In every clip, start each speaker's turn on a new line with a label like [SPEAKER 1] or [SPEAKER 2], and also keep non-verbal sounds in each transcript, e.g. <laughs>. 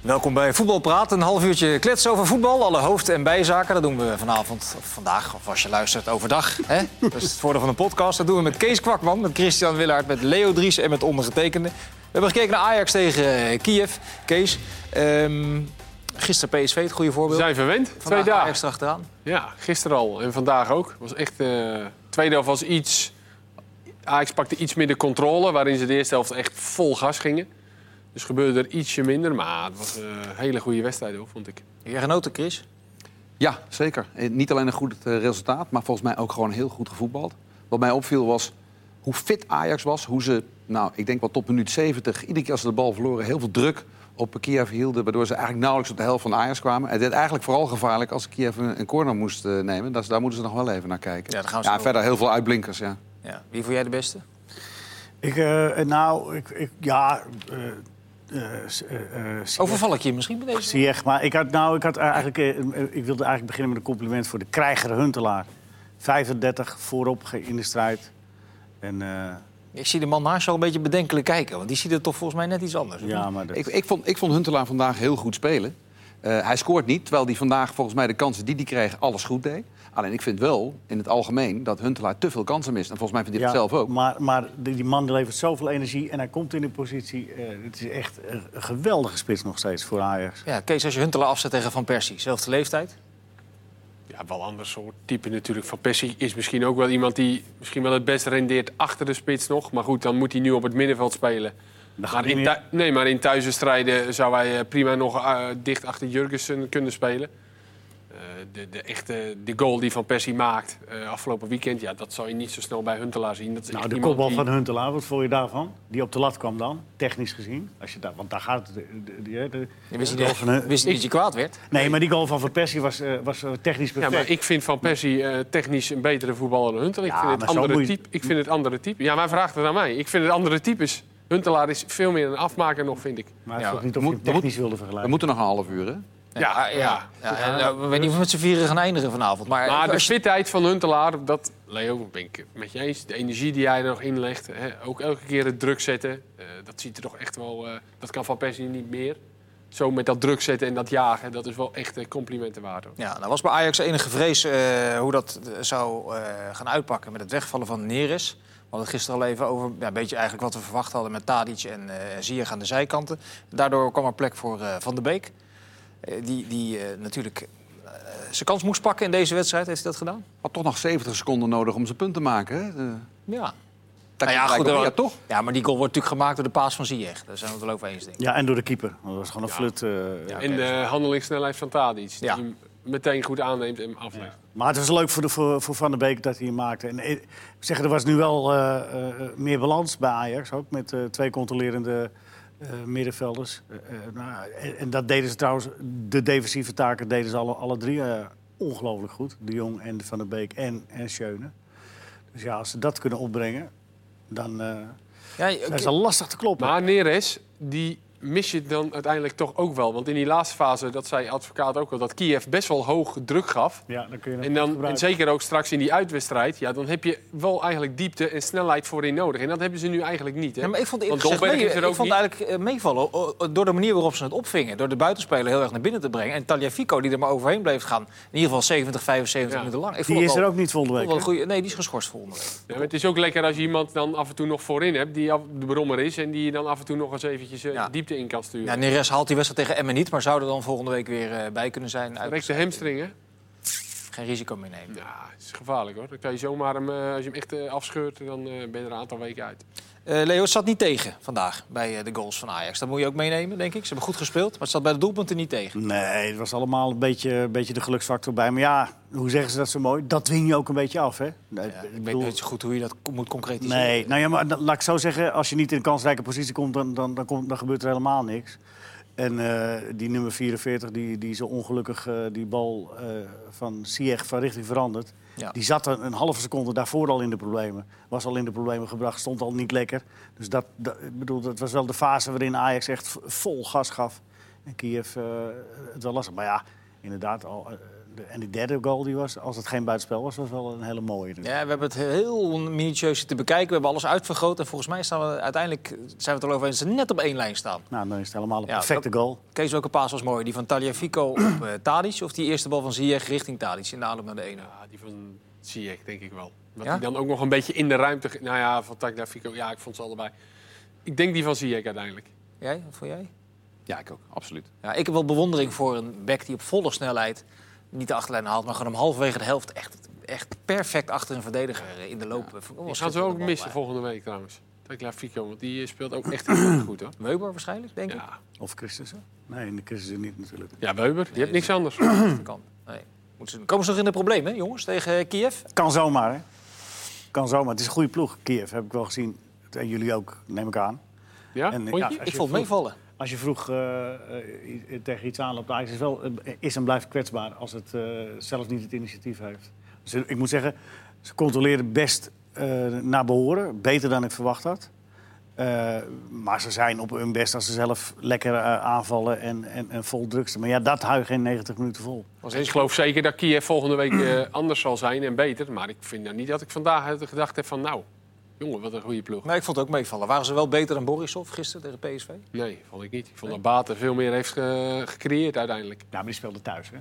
[SPEAKER 1] Welkom bij Voetbal Praat. Een half uurtje kletsen over voetbal. Alle hoofd- en bijzaken. Dat doen we vanavond, of vandaag, of als je luistert, overdag. Hè? Dat is het voordeel van een podcast. Dat doen we met Kees Kwakman, met Christian Willaert, met Leo Dries en met ondergetekende. We hebben gekeken naar Ajax tegen eh, Kiev. Kees, ehm, gisteren PSV, het goede
[SPEAKER 2] We
[SPEAKER 1] voorbeeld.
[SPEAKER 2] zijn verwend.
[SPEAKER 1] Vandaag
[SPEAKER 2] twee dagen.
[SPEAKER 1] Ajax erachteraan.
[SPEAKER 2] Ja, gisteren al en vandaag ook. Was echt, eh tweede helft was iets... Ajax pakte iets meer de controle, waarin ze de eerste helft echt vol gas gingen. Dus gebeurde er ietsje minder, maar het was eh, een hele goede wedstrijd, hoor, vond ik.
[SPEAKER 1] Jij genoten, Chris?
[SPEAKER 3] Ja, zeker. Eh, Niet alleen een goed eh, resultaat, maar volgens mij ook gewoon heel goed gevoetbald. Wat mij opviel was hoe fit Ajax was. Hoe ze, nou, ik denk wel tot minuut 70, iedere keer als ze de bal verloren, heel veel druk op Kiev hielden. Waardoor ze eigenlijk nauwelijks op de helft van Ajax kwamen. Het werd eigenlijk vooral gevaarlijk als Kiev een, een corner moest eh, nemen. Dat, is- daar moeten ze nog wel even naar kijken.
[SPEAKER 1] Ja, daar gaan we zo
[SPEAKER 3] en verder heel veel uitblinkers, ja.
[SPEAKER 1] Ja. Wie vond jij de beste?
[SPEAKER 4] Ik, eh, nou, ik, ik, ja. eh, eh, s- eh, eh,
[SPEAKER 1] Overval ik je misschien bij deze?
[SPEAKER 4] Ziyech, maar ik had, nou, ik had eigenlijk, eh, eh, ik wilde eigenlijk beginnen met een compliment voor de krijger Huntelaar. 35 voorop ge- in de strijd. En eh,
[SPEAKER 1] Ik zie de man naast jou een beetje bedenkelijk kijken. Want die ziet er toch volgens mij net iets anders. of
[SPEAKER 4] ja, maar dat-
[SPEAKER 3] Ik, ik, vond, ik vond Huntelaar vandaag heel goed spelen. Eh, hij scoort niet, terwijl hij vandaag volgens mij de kansen die hij kreeg alles goed deed. Alleen ik vind wel in het algemeen dat Huntelaar te veel kansen mist. En volgens mij vindt hij
[SPEAKER 4] ja,
[SPEAKER 3] het zelf ook.
[SPEAKER 4] Maar, maar die die man levert zoveel energie en hij komt in de positie. eh, het is echt eh, een geweldige spits nog steeds voor Ajax.
[SPEAKER 1] Ja, Kees, als je Huntelaar afzet tegen Van Persie, zelfde leeftijd.
[SPEAKER 2] Ja, wel een ander soort type natuurlijk. Van Persie is misschien ook wel iemand die misschien wel het best rendeert achter de spits nog. Maar goed, dan moet hij nu op het middenveld spelen.
[SPEAKER 4] Dan gaat
[SPEAKER 2] Maar
[SPEAKER 4] hij
[SPEAKER 2] in
[SPEAKER 4] niet-
[SPEAKER 2] thui- nee, maar in thuiswedstrijden zou hij eh, prima nog eh, dicht achter Jurgensen kunnen spelen. Eh, de, de, echte, de goal die Van Persie maakt eh, afgelopen weekend, ja, dat zou je niet zo snel bij Huntelaar zien. Dat is
[SPEAKER 4] Nou,
[SPEAKER 2] echt
[SPEAKER 4] de
[SPEAKER 2] iemand
[SPEAKER 4] kopbal
[SPEAKER 2] die-
[SPEAKER 4] van Huntelaar, wat vond je daarvan? Die op de lat kwam dan, technisch gezien. Als je daar, want daar gaat het. eh, de- de- de- de-
[SPEAKER 1] Je wist
[SPEAKER 4] de
[SPEAKER 1] niet,
[SPEAKER 4] goal van Hun-
[SPEAKER 1] wist niet dat je kwaad werd.
[SPEAKER 4] Nee, maar die goal van Van Persie was, eh, was eh, technisch
[SPEAKER 2] Ja,
[SPEAKER 4] perfect.
[SPEAKER 2] maar ik vind Van Persie eh, technisch een betere voetballer dan Huntelaar.
[SPEAKER 4] Ja,
[SPEAKER 2] ik, vind
[SPEAKER 4] maar
[SPEAKER 2] het
[SPEAKER 4] zo
[SPEAKER 2] andere
[SPEAKER 4] moet je-
[SPEAKER 2] type, ik vind het andere type. Ja, maar vraagt het aan mij. Ik vind het andere type is... Huntelaar is veel meer een afmaker nog, vind ik.
[SPEAKER 4] Maar het
[SPEAKER 1] Ja,
[SPEAKER 4] is toch niet of
[SPEAKER 3] moet-
[SPEAKER 4] je het
[SPEAKER 3] dat moet-
[SPEAKER 4] technisch wilde
[SPEAKER 3] We
[SPEAKER 4] vergelijken.
[SPEAKER 3] moeten nog een half uur, hè?
[SPEAKER 2] Ja, ja.
[SPEAKER 1] en, nou, we weten niet of we met z'n vieren gaan eindigen vanavond. Maar,
[SPEAKER 2] Maar de
[SPEAKER 1] als je-
[SPEAKER 2] fitheid van Huntelaar, dat, Leo, ben ik het met je eens. De energie die hij er nog in legt, hè, ook elke keer het druk zetten. eh, dat ziet er toch echt wel, eh, dat kan Van Persie niet meer. Zo met dat druk zetten en dat jagen, dat is wel echt eh, complimenten waard. hoor.
[SPEAKER 1] ja, nou was bij Ajax enige vrees eh, hoe dat eh, zou eh, gaan uitpakken met het wegvallen van Neres. We hadden het gisteren al even over ja, een beetje eigenlijk wat we verwacht hadden met Tadic en eh Ziyech aan de zijkanten. Daardoor kwam er plek voor eh, Van der Beek. Eh, die die eh, natuurlijk eh, zijn kans moest pakken in deze wedstrijd. Heeft hij dat gedaan?
[SPEAKER 3] Had toch nog 70 seconden nodig om zijn punt te maken, hè? Eh,
[SPEAKER 1] Ja.
[SPEAKER 3] dat-
[SPEAKER 1] Nou ja, goed,
[SPEAKER 3] ja,
[SPEAKER 1] dat-
[SPEAKER 3] toch?
[SPEAKER 1] Ja, maar die goal wordt natuurlijk gemaakt door de paas van Ziyech. Daar zijn we het wel over eens, denk ik.
[SPEAKER 4] Ja, en door de keeper. Want Dat was gewoon een flut. eh,
[SPEAKER 2] en de handelingssnelheid van Tadic,
[SPEAKER 1] Ja.
[SPEAKER 2] die hem meteen goed aanneemt en hem aflegt.
[SPEAKER 4] Maar het was leuk voor, de, voor, voor Van der Beek dat hij hem maakte. En eh, ik zeg, er was nu wel eh, eh, meer balans bij Ajax. Ook met eh, twee controlerende eh, middenvelders. Eh, eh, nou, en, en dat deden ze trouwens, de defensieve taken deden ze alle, alle drie eh, ongelooflijk goed. De Jong en de Van der Beek en, en Schöne. Dus ja, als ze dat kunnen opbrengen, dan eh
[SPEAKER 1] Ja,
[SPEAKER 4] zijn ze lastig te kloppen.
[SPEAKER 2] Maar Neres, die mis je dan uiteindelijk toch ook wel. Want in die laatste fase, dat zei advocaat ook wel, dat Kiev best wel hoog druk gaf.
[SPEAKER 4] ja, dan kun je dat
[SPEAKER 2] En, dan, en
[SPEAKER 4] gebruiken.
[SPEAKER 2] zeker ook straks in die uitwedstrijd, ja, dan heb je wel eigenlijk diepte en snelheid voorin nodig. En dat hebben ze nu eigenlijk niet. Hè?
[SPEAKER 1] Ja, maar ik vond het
[SPEAKER 2] Want
[SPEAKER 1] eerlijk gezegd
[SPEAKER 2] Dolberg
[SPEAKER 1] mee-
[SPEAKER 2] is er
[SPEAKER 1] ik
[SPEAKER 2] ook
[SPEAKER 1] vond
[SPEAKER 2] niet.
[SPEAKER 1] eigenlijk eh, meevallen o- o- door de manier waarop ze het opvingen. Door de buitenspeler heel erg naar binnen te brengen. En Taliafico, die er maar overheen bleef gaan. In ieder geval 70, 75
[SPEAKER 2] Ja.
[SPEAKER 1] minuten lang. Ik vond
[SPEAKER 4] Die
[SPEAKER 1] het
[SPEAKER 4] is er
[SPEAKER 1] wel-
[SPEAKER 4] ook niet volgende
[SPEAKER 1] vond
[SPEAKER 4] week.
[SPEAKER 1] het wel een
[SPEAKER 4] hè?
[SPEAKER 1] goeie, nee, die is geschorst volgende week.
[SPEAKER 2] Ja, maar het is ook lekker als je iemand dan af en toe nog voorin hebt die af- de brommer is en die je dan af en toe nog eens eventjes eh,
[SPEAKER 1] Ja.
[SPEAKER 2] diepte in kan sturen.
[SPEAKER 1] Ja, Neres haalt die wedstrijd tegen Emmen niet. Maar zou er dan volgende week weer eh, bij kunnen zijn. Uit,
[SPEAKER 2] Rechts de hamstring, hè?
[SPEAKER 1] geen risico meer nemen.
[SPEAKER 2] Ja, het is gevaarlijk hoor. Dan kan je zomaar hem, eh, als je hem echt eh, afscheurt, dan eh, ben je er een aantal weken uit.
[SPEAKER 1] Eh, Leo, het zat niet tegen vandaag bij eh, de goals van Ajax. Dat moet je ook meenemen, denk ik. Ze hebben goed gespeeld, maar het zat bij de doelpunten niet tegen.
[SPEAKER 4] Nee, het was allemaal een beetje, een beetje de geluksfactor bij. Maar ja, hoe zeggen ze dat zo mooi? Dat dwing je ook een beetje af, hè? Nee,
[SPEAKER 1] Ja,
[SPEAKER 4] ik
[SPEAKER 1] ik weet
[SPEAKER 4] bedoel-
[SPEAKER 1] niet zo goed hoe je dat co- moet concretiseren.
[SPEAKER 4] nee, nou ja, maar dan- laat ik zo zeggen, als je niet in een kansrijke positie komt, dan, dan, dan, komt, dan gebeurt er helemaal niks. En eh, die nummer 44, die, die zo ongelukkig eh, die bal eh, van Sieg van richting verandert.
[SPEAKER 1] Ja.
[SPEAKER 4] Die zat er een halve seconde daarvoor al in de problemen. Was al in de problemen gebracht, stond al niet lekker. Dus dat, dat, ik bedoel, dat was wel de fase waarin Ajax echt v- vol gas gaf. En Kiev eh, het wel lastig. Maar ja, inderdaad, al, eh, de- en die derde goal die was, als het geen buitenspel was, was wel een hele mooie. Dus.
[SPEAKER 1] Ja, we hebben het heel minutieus te bekijken. We hebben alles uitvergroot. En volgens mij staan we uiteindelijk, zijn we het al over eens, net op één lijn staan.
[SPEAKER 4] Nou, dan is het helemaal een
[SPEAKER 1] Ja,
[SPEAKER 4] perfecte goal.
[SPEAKER 1] Kees, welke paas was mooi? Die van Taliafico
[SPEAKER 2] <clears throat>
[SPEAKER 1] op eh Tadic of die eerste bal van Ziyech richting Tadic in de aanloop naar de ene?
[SPEAKER 2] Ja, die van Ziyech, denk ik wel. Dat
[SPEAKER 1] Ja?
[SPEAKER 2] hij dan ook nog een beetje in de ruimte... ge- Nou ja, van Takda Fico, ja, ik vond ze allebei. Ik denk die van Ziyech
[SPEAKER 1] Oh,
[SPEAKER 2] uiteindelijk.
[SPEAKER 1] Jij? Wat vond jij?
[SPEAKER 3] Ja, ik ook, absoluut.
[SPEAKER 1] Ja, ik heb wel bewondering voor een back die op volle snelheid niet de achterlijn haalt, maar gewoon hem halverwege de helft echt, echt perfect achter een verdediger eh, in de loop. Ja.
[SPEAKER 2] Die gaan ze ook missen volgende week trouwens. Takda Fico, want die eh, speelt
[SPEAKER 1] <clears throat>
[SPEAKER 2] ook echt heel erg goed hoor.
[SPEAKER 1] Weber waarschijnlijk, denk ik.
[SPEAKER 2] Ja,
[SPEAKER 4] Of Christensen? Nee, in de Christensen niet natuurlijk.
[SPEAKER 2] ja Weber, die hebt niks anders.
[SPEAKER 1] Dat kan. Nee. Moeten ze, komen ze nog in een probleem, hè, jongens, tegen eh, Kiev?
[SPEAKER 4] Kan zomaar, hè? Kan zomaar. Het is een goede ploeg, Kiev, heb ik wel gezien. En jullie ook, neem ik aan.
[SPEAKER 2] Ja,
[SPEAKER 4] En, eh,
[SPEAKER 2] vond je?
[SPEAKER 4] ja,
[SPEAKER 1] Ik vond het meevallen.
[SPEAKER 4] Als je vroeg eh, eh, i- tegen iets aanloopt, Ajax is, wel, eh, is en blijft kwetsbaar als het eh, zelf niet het initiatief heeft. Dus eh, ik moet zeggen, ze controleren best eh, naar behoren, beter dan ik verwacht had. Eh, maar ze zijn op hun best als ze zelf lekker eh, aanvallen en, en, en vol druk zijn. Maar ja, dat hou je geen 90 minuten vol.
[SPEAKER 1] Was
[SPEAKER 2] Ik
[SPEAKER 1] eens
[SPEAKER 2] geloof zeker dat Kiev volgende week eh, anders zal zijn en beter. Maar ik vind nou niet dat ik vandaag eh, gedacht heb van... nou, jongen, wat een goede ploeg.
[SPEAKER 1] Nee, ik vond het ook meevallen. Waren ze wel beter dan Borisov gisteren tegen PSV?
[SPEAKER 2] Nee, vond ik niet. Ik vond dat Baten veel meer heeft ge- gecreëerd uiteindelijk.
[SPEAKER 4] Nou, maar die speelde thuis, hè?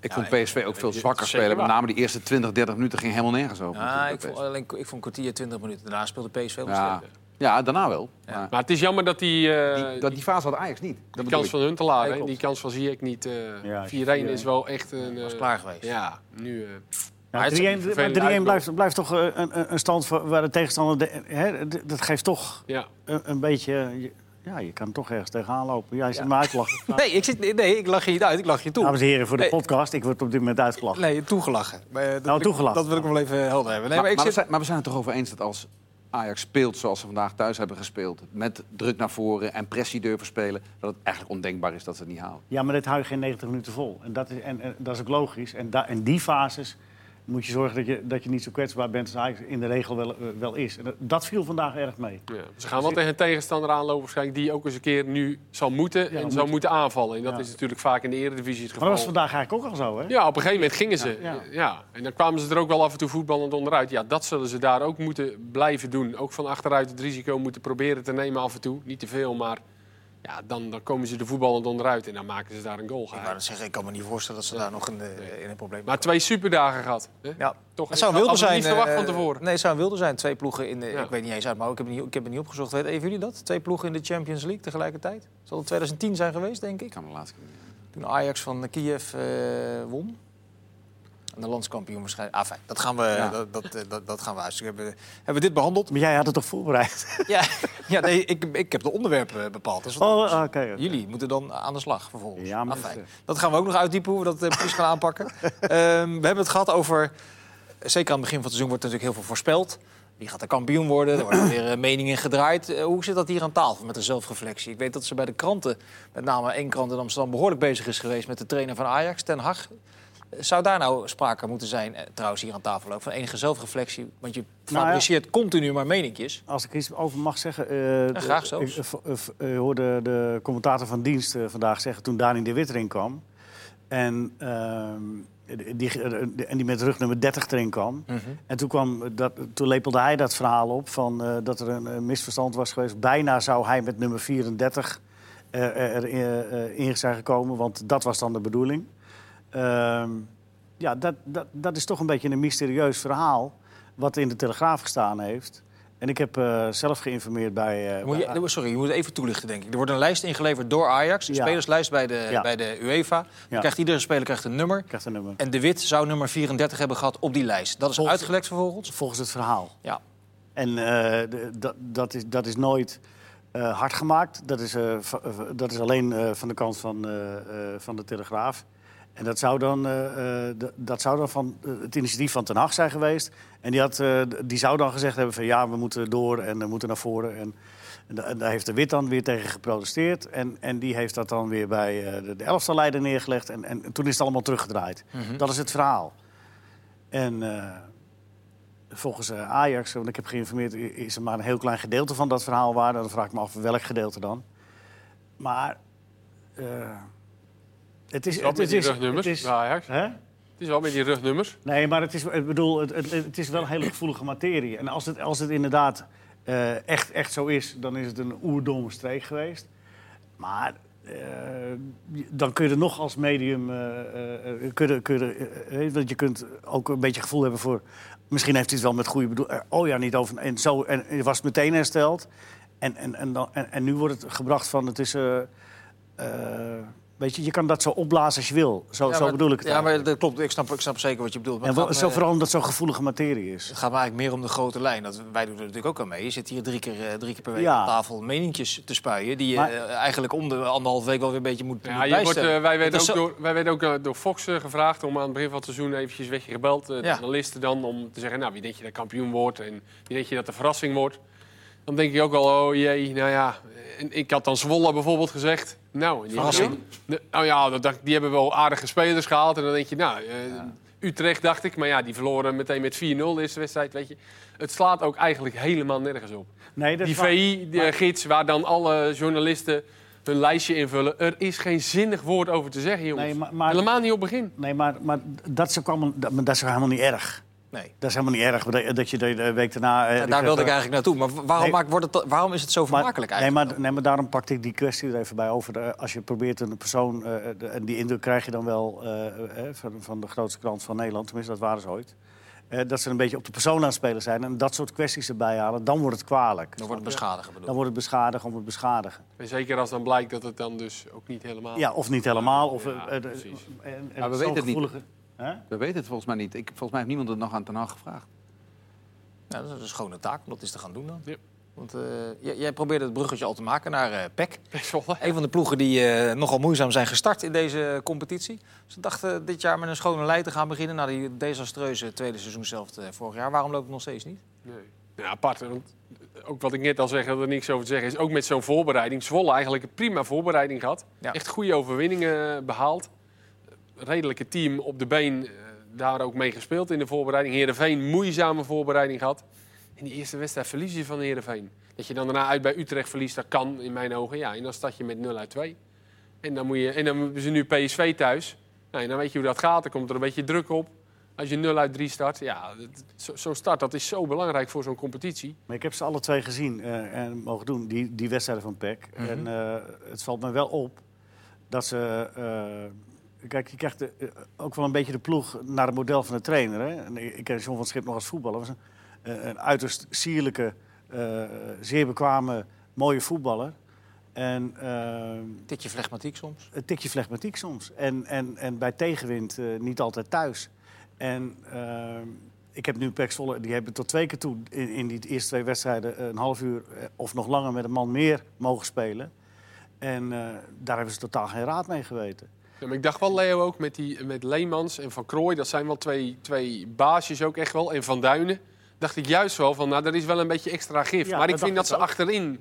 [SPEAKER 3] Ik vond PSV ook veel
[SPEAKER 2] je, zeker
[SPEAKER 3] zwakker spelen. Met
[SPEAKER 2] waar.
[SPEAKER 3] name die eerste 20, 30 minuten ging helemaal nergens over.
[SPEAKER 1] Ja, ik
[SPEAKER 3] natuurlijk bij
[SPEAKER 1] vond,
[SPEAKER 3] PSV.
[SPEAKER 1] alleen, ik vond kwartier 20 minuten. Daarna speelde PSV wel
[SPEAKER 3] ja.
[SPEAKER 1] slecht.
[SPEAKER 3] ja, daarna wel. Maar
[SPEAKER 2] Maar het is jammer dat die, eh,
[SPEAKER 3] die, dat, die fase had Ajax niet. Dat
[SPEAKER 2] die
[SPEAKER 3] bedoel
[SPEAKER 2] kans
[SPEAKER 3] ik.
[SPEAKER 2] van Huntelaar,
[SPEAKER 1] Ja,
[SPEAKER 2] hè,
[SPEAKER 1] klopt.
[SPEAKER 2] die kans van Ziyech niet... eh
[SPEAKER 4] Ja,
[SPEAKER 2] 4-1
[SPEAKER 4] 4-1.
[SPEAKER 2] is wel echt een...
[SPEAKER 1] was
[SPEAKER 2] eh,
[SPEAKER 1] klaar geweest.
[SPEAKER 2] Ja, nu... eh,
[SPEAKER 4] Ja,
[SPEAKER 1] Maar het is
[SPEAKER 4] 3-1 Nou, maar 3-1
[SPEAKER 2] vervelende
[SPEAKER 4] blijft, blijft toch eh, een, een- een stand voor- waar de tegenstander... de- hè, d- dat geeft toch
[SPEAKER 2] ja.
[SPEAKER 4] een, een beetje... eh, je- Ja, je kan toch ergens tegenaan lopen. Jij zit me uit te lachen.
[SPEAKER 1] Nee, ik zit, nee, ik lach je niet uit. Ik lach je <laughs> toe.
[SPEAKER 4] Dames en heren, voor de
[SPEAKER 1] Nee.
[SPEAKER 4] podcast. Ik word op dit moment uitgelachen.
[SPEAKER 1] Nee, toegelachen. Maar, eh, dat wil ik-
[SPEAKER 4] toegelachen.
[SPEAKER 1] Dat wil ik nog wel even helder hebben. Nee,
[SPEAKER 3] maar,
[SPEAKER 1] maar, ik
[SPEAKER 3] maar
[SPEAKER 1] zit...
[SPEAKER 3] we zijn, maar we zijn het toch over eens dat als Ajax speelt zoals ze vandaag thuis hebben gespeeld... met druk naar voren en pressie durven spelen... dat het eigenlijk ondenkbaar is dat ze het niet halen.
[SPEAKER 4] Ja, maar dit hou je geen 90 minuten vol. En dat is, en, en dat is ook logisch. En, da, en die fases moet je zorgen dat je, dat je niet zo kwetsbaar bent als eigenlijk in de regel wel, eh, wel is. En dat, dat viel vandaag erg mee.
[SPEAKER 2] Ja, ze gaan wel tegen een tegenstander aanlopen waarschijnlijk die ook eens een keer nu zal moeten en
[SPEAKER 4] moet-
[SPEAKER 2] zal moeten aanvallen. En dat
[SPEAKER 4] Ja.
[SPEAKER 2] is natuurlijk vaak in de eredivisie het
[SPEAKER 4] Maar
[SPEAKER 2] geval.
[SPEAKER 4] dat was vandaag eigenlijk ook al zo, hè?
[SPEAKER 2] Ja, op een gegeven moment gingen ze.
[SPEAKER 4] Ja,
[SPEAKER 2] Ja,
[SPEAKER 4] ja.
[SPEAKER 2] En dan kwamen ze er ook wel af en toe voetballend onderuit. Ja, dat zullen ze daar ook moeten blijven doen. Ook van achteruit het risico moeten proberen te nemen af en toe. Niet te veel, maar ja, dan, dan komen ze er voetballend onderuit. En dan maken ze daar een goal.
[SPEAKER 1] Ik
[SPEAKER 2] geheim.
[SPEAKER 1] wou dat zeggen, ik kan me niet voorstellen dat ze daar nog in, eh, in een probleem
[SPEAKER 2] Maar twee superdagen gehad. Hè?
[SPEAKER 1] Ja.
[SPEAKER 2] Toch,
[SPEAKER 1] Het zou een wilde
[SPEAKER 2] hadden we
[SPEAKER 1] zijn.
[SPEAKER 2] niet verwacht
[SPEAKER 1] eh,
[SPEAKER 2] van tevoren.
[SPEAKER 1] Nee, het zou een wilde zijn. Twee ploegen in de...
[SPEAKER 2] Ja.
[SPEAKER 1] Ik weet niet eens uit, maar ik heb het niet, ik heb het niet opgezocht. Weet even jullie dat? Twee ploegen in de Champions League tegelijkertijd. Zal het 2010 zijn geweest, denk ik.
[SPEAKER 3] Ik kan me de laatste keer niet
[SPEAKER 1] Toen Ajax van Kiev eh, won. En de landskampioen waarschijnlijk. Ah, fijn. Dat gaan we, dat, dat, eh, dat, dat gaan we uitzoeken. Hebben, we- hebben we dit behandeld?
[SPEAKER 4] Maar jij had het toch voorbereid?
[SPEAKER 1] ja, <laughs> ja nee, ik, ik heb de onderwerpen eh, bepaald. Dus
[SPEAKER 4] <laughs> Oh, oké. oké.
[SPEAKER 1] Jullie moeten dan aan de slag vervolgens.
[SPEAKER 4] Ja, maar- eh,
[SPEAKER 1] Afijn. Dat gaan we ook nog uitdiepen, hoe we dat eh, precies gaan
[SPEAKER 4] <laughs>
[SPEAKER 1] aanpakken. Ehm, we hebben het gehad over... Zeker aan het begin van het seizoen wordt natuurlijk heel veel voorspeld. Wie gaat er kampioen worden? Er worden weer eh, meningen gedraaid. Eh, hoe zit dat hier aan tafel met de zelfreflectie? Ik weet dat ze bij de kranten, met name één krant in Amsterdam... behoorlijk bezig is geweest met de trainer van Ajax, Ten Hag. Eh, Zou daar nou sprake moeten zijn, eh, trouwens hier aan tafel ook... van enige zelfreflectie? Want je
[SPEAKER 4] Nou ja.
[SPEAKER 1] fabriceert continu maar meningjes.
[SPEAKER 4] Als ik iets over mag zeggen. eh,
[SPEAKER 1] Ja, graag
[SPEAKER 4] de-
[SPEAKER 1] zelfs.
[SPEAKER 4] Ik eh, v- eh, v- eh, hoorde de commentator van dienst eh, vandaag zeggen toen Dani de Wit erin kwam. En, ehm, die, eh, de- en die met rug nummer 30 erin kwam. En toen, kwam dat, toen lepelde hij dat verhaal op van, eh, dat er een, eh, misverstand was geweest. Bijna zou hij met nummer 34 eh, er- eh, eh, in zijn gekomen, want dat was dan de bedoeling. Ehm, ja, dat, dat, dat is toch een beetje een mysterieus verhaal wat in de Telegraaf gestaan heeft. En ik heb eh, zelf geïnformeerd bij... eh,
[SPEAKER 1] Moet je, sorry, je moet het even toelichten, denk ik. Er wordt een lijst ingeleverd door Ajax, een
[SPEAKER 4] Ja.
[SPEAKER 1] spelerslijst bij de,
[SPEAKER 4] Ja.
[SPEAKER 1] bij de UEFA. Dan
[SPEAKER 4] Ja.
[SPEAKER 1] krijgt iedere speler krijgt een nummer.
[SPEAKER 4] Ik krijg een nummer.
[SPEAKER 1] En De Wit zou nummer 34 hebben gehad op die lijst. Dat is
[SPEAKER 4] Volgens-
[SPEAKER 1] uitgelekt vervolgens.
[SPEAKER 4] Volgens het verhaal.
[SPEAKER 1] Ja.
[SPEAKER 4] En eh, d- dat, dat, is, dat is nooit eh, hard gemaakt. Dat is, eh, va- eh, dat is alleen eh, van de kant van, eh, eh, van de Telegraaf. En dat zou dan, eh, eh, d- dat zou dan van eh, het initiatief van Ten Hag zijn geweest. En die, had, eh, d- die zou dan gezegd hebben van ja, we moeten door en we moeten naar voren. En, en, da- en daar heeft de Wit dan weer tegen geprotesteerd. En, en die heeft dat dan weer bij eh, de, de elftalleider neergelegd. En, en toen is het allemaal teruggedraaid.
[SPEAKER 1] Mhm. Hm?
[SPEAKER 4] Dat is het verhaal. En... eh, Volgens eh, Ajax, want ik heb geïnformeerd, i- is er maar een heel klein gedeelte van dat verhaal waar. Dan vraag ik me af welk gedeelte dan. Maar eh, het is.
[SPEAKER 2] Wat met
[SPEAKER 4] Het, het
[SPEAKER 2] die
[SPEAKER 4] is,
[SPEAKER 2] rugnummers
[SPEAKER 4] het is-
[SPEAKER 2] bij Ajax?
[SPEAKER 4] hè?
[SPEAKER 2] Het is wel met die rugnummers.
[SPEAKER 4] Nee, maar het is, ik bedoel, het, het, het is wel een hele gevoelige materie. En als het, als het inderdaad eh, echt, echt zo is, dan is het een oerdomme streek geweest. Maar eh, dan kun je er nog als medium... eh, eh, kun je, kun je, er, eh, eh, want je kunt ook een beetje gevoel hebben voor... Misschien heeft hij het wel met goede bedoel. eh, oh ja, niet over... En, zo, en, en was het meteen hersteld. En, en, en, dan, en, en nu wordt het gebracht van het is... eh, eh, weet je, je kan dat zo opblazen als je wil. Zo,
[SPEAKER 1] Ja,
[SPEAKER 4] zo
[SPEAKER 1] maar-
[SPEAKER 4] bedoel ik het
[SPEAKER 1] Ja,
[SPEAKER 4] eigenlijk.
[SPEAKER 1] maar dat klopt. Ik snap, ik snap zeker wat je bedoelt. Maar
[SPEAKER 4] En
[SPEAKER 1] het
[SPEAKER 4] wel,
[SPEAKER 1] gaat
[SPEAKER 4] zo
[SPEAKER 1] me-
[SPEAKER 4] vooral omdat het zo'n gevoelige materie is.
[SPEAKER 1] Het gaat me eigenlijk meer om de grote lijn. Dat, wij doen er natuurlijk ook aan mee. Je zit hier drie keer, eh, drie keer per week
[SPEAKER 4] Ja.
[SPEAKER 1] aan tafel meninkjes te spuien... die je
[SPEAKER 4] Maar-
[SPEAKER 1] eh, eigenlijk om de anderhalf week wel weer een beetje moet,
[SPEAKER 2] Ja,
[SPEAKER 1] moet
[SPEAKER 2] je wordt,
[SPEAKER 1] bijstellen.
[SPEAKER 2] eh, wij,
[SPEAKER 1] Het
[SPEAKER 2] werden ook
[SPEAKER 1] is zo-
[SPEAKER 2] door, wij werden ook eh, door Fox eh, gevraagd om aan het begin van het seizoen eventjes werd je gebeld. eh, de
[SPEAKER 1] Ja.
[SPEAKER 2] analisten dan, om te zeggen, nou, wie denk je dat kampioen wordt en wie denk je dat de verrassing wordt. Dan denk je ook al, oh jee, nou ja. En ik had dan Zwolle bijvoorbeeld gezegd. Nou, die
[SPEAKER 1] Verrassing.
[SPEAKER 2] hebben- de- nou ja, dat dacht, die hebben wel aardige spelers gehaald. En dan denk je, nou, eh, Utrecht dacht ik. Maar ja, die verloren meteen met 4-0 de eerste wedstrijd, weet je. Het slaat ook eigenlijk helemaal nergens op.
[SPEAKER 4] Nee, dat
[SPEAKER 2] Die
[SPEAKER 4] is waar. Maar-
[SPEAKER 2] VI-gids waar dan alle journalisten hun lijstje invullen. Er is geen zinnig woord over te zeggen, jongens.
[SPEAKER 4] Nee, maar- maar-
[SPEAKER 2] Helemaal niet op het begin.
[SPEAKER 4] Nee, maar, maar dat, is ook allemaal, dat, maar dat is ook helemaal niet erg.
[SPEAKER 1] Nee.
[SPEAKER 4] Dat is helemaal niet erg dat, dat je de de week daarna... eh,
[SPEAKER 1] Ja,
[SPEAKER 4] de
[SPEAKER 1] daar wilde ik
[SPEAKER 4] kwestie-
[SPEAKER 1] eigenlijk naartoe. Maar wa- waarom,
[SPEAKER 4] Nee.
[SPEAKER 1] maakt, wordt het, waarom is het zo
[SPEAKER 4] maar-
[SPEAKER 1] vermakelijk
[SPEAKER 4] nee,
[SPEAKER 1] eigenlijk?
[SPEAKER 4] maar, nee, maar daarom pakte ik die kwestie er even bij over. De- als je probeert een persoon... eh, de- en die indruk krijg je dan wel eh, eh, van, van de grootste krant van Nederland. Tenminste, dat waren ze ooit. eh, dat ze een beetje op de persoon aan het spelen zijn. En dat soort kwesties erbij halen. Dan wordt het kwalijk.
[SPEAKER 1] Dan wordt het beschadigen bedoel
[SPEAKER 4] Dan
[SPEAKER 1] ik.
[SPEAKER 4] wordt het beschadigd om het beschadigen.
[SPEAKER 2] En zeker als dan blijkt dat het dan dus ook niet helemaal... <laughs>
[SPEAKER 4] Ja, of niet helemaal. Of, eh,
[SPEAKER 2] Ja,
[SPEAKER 4] eh,
[SPEAKER 2] precies.
[SPEAKER 4] en- en
[SPEAKER 3] Maar we
[SPEAKER 4] zo'n
[SPEAKER 3] weten het niet.
[SPEAKER 4] gevoelige- Hè?
[SPEAKER 3] We weten het volgens mij niet. Ik, volgens mij heeft niemand het nog aan Ten Hag gevraagd.
[SPEAKER 1] Ja, dat is een schone taak om dat eens te gaan doen dan.
[SPEAKER 2] Ja.
[SPEAKER 1] Want eh, jij, jij probeerde het bruggetje al te maken naar eh PEC.
[SPEAKER 2] Zwolle.
[SPEAKER 1] Een van de ploegen die eh, nogal moeizaam zijn gestart in deze competitie. Ze dachten eh, dit jaar met een schone lijn te gaan beginnen... na die desastreuze tweede seizoen zelf eh, vorig jaar. Waarom loopt het nog steeds niet?
[SPEAKER 2] Nee. Nou, apart. Want ook wat ik net al zeg, dat er niks over te zeggen is. Ook met zo'n voorbereiding. Zwolle eigenlijk een prima voorbereiding gehad.
[SPEAKER 1] Ja.
[SPEAKER 2] Echt goede overwinningen eh, behaald. Redelijke team op de been. eh, Daar ook mee gespeeld in de voorbereiding. Heerenveen, moeizame voorbereiding gehad. In die eerste wedstrijd verlies je van Heerenveen. Dat je dan daarna uit bij Utrecht verliest, dat kan in mijn ogen. Ja, en dan start je met 0 uit 2. En dan, moet je, en dan hebben ze nu PSV thuis. Nou, en dan weet je hoe dat gaat. Dan komt er een beetje druk op. Als je 0 uit 3 start, ja, dat- zo- zo'n start dat is zo belangrijk voor zo'n competitie.
[SPEAKER 4] Maar ik heb ze alle twee gezien eh, en mogen doen, die, die wedstrijden van PEC. En eh, het valt me wel op dat ze... eh, kijk, je krijgt de- eh, ook wel een beetje de ploeg naar het model van de trainer. Hè? En ik ik ken John van Schip nog als voetballer. was een, eh, een uiterst sierlijke, eh, zeer bekwame, mooie voetballer. En eh,
[SPEAKER 1] Tikje flegmatiek soms?
[SPEAKER 4] een tikje flegmatiek soms. En, en, en bij tegenwind eh, niet altijd thuis. En eh, ik heb nu Pek Zwolle, die hebben tot twee keer toe in, in die eerste twee wedstrijden een half uur eh, of nog langer met een man meer mogen spelen. En eh, daar hebben ze totaal geen raad mee geweten.
[SPEAKER 2] Ja, maar ik dacht wel, Leo, ook met, die, met Leemans en Van Krooi. Dat zijn wel twee, twee baasjes ook echt wel. En Van Duinen. Dacht ik juist wel van, nou, dat is wel een beetje extra gif.
[SPEAKER 4] Ja,
[SPEAKER 2] maar
[SPEAKER 4] dat
[SPEAKER 2] ik vind dat
[SPEAKER 4] dacht
[SPEAKER 2] ze
[SPEAKER 4] ik ook.
[SPEAKER 2] achterin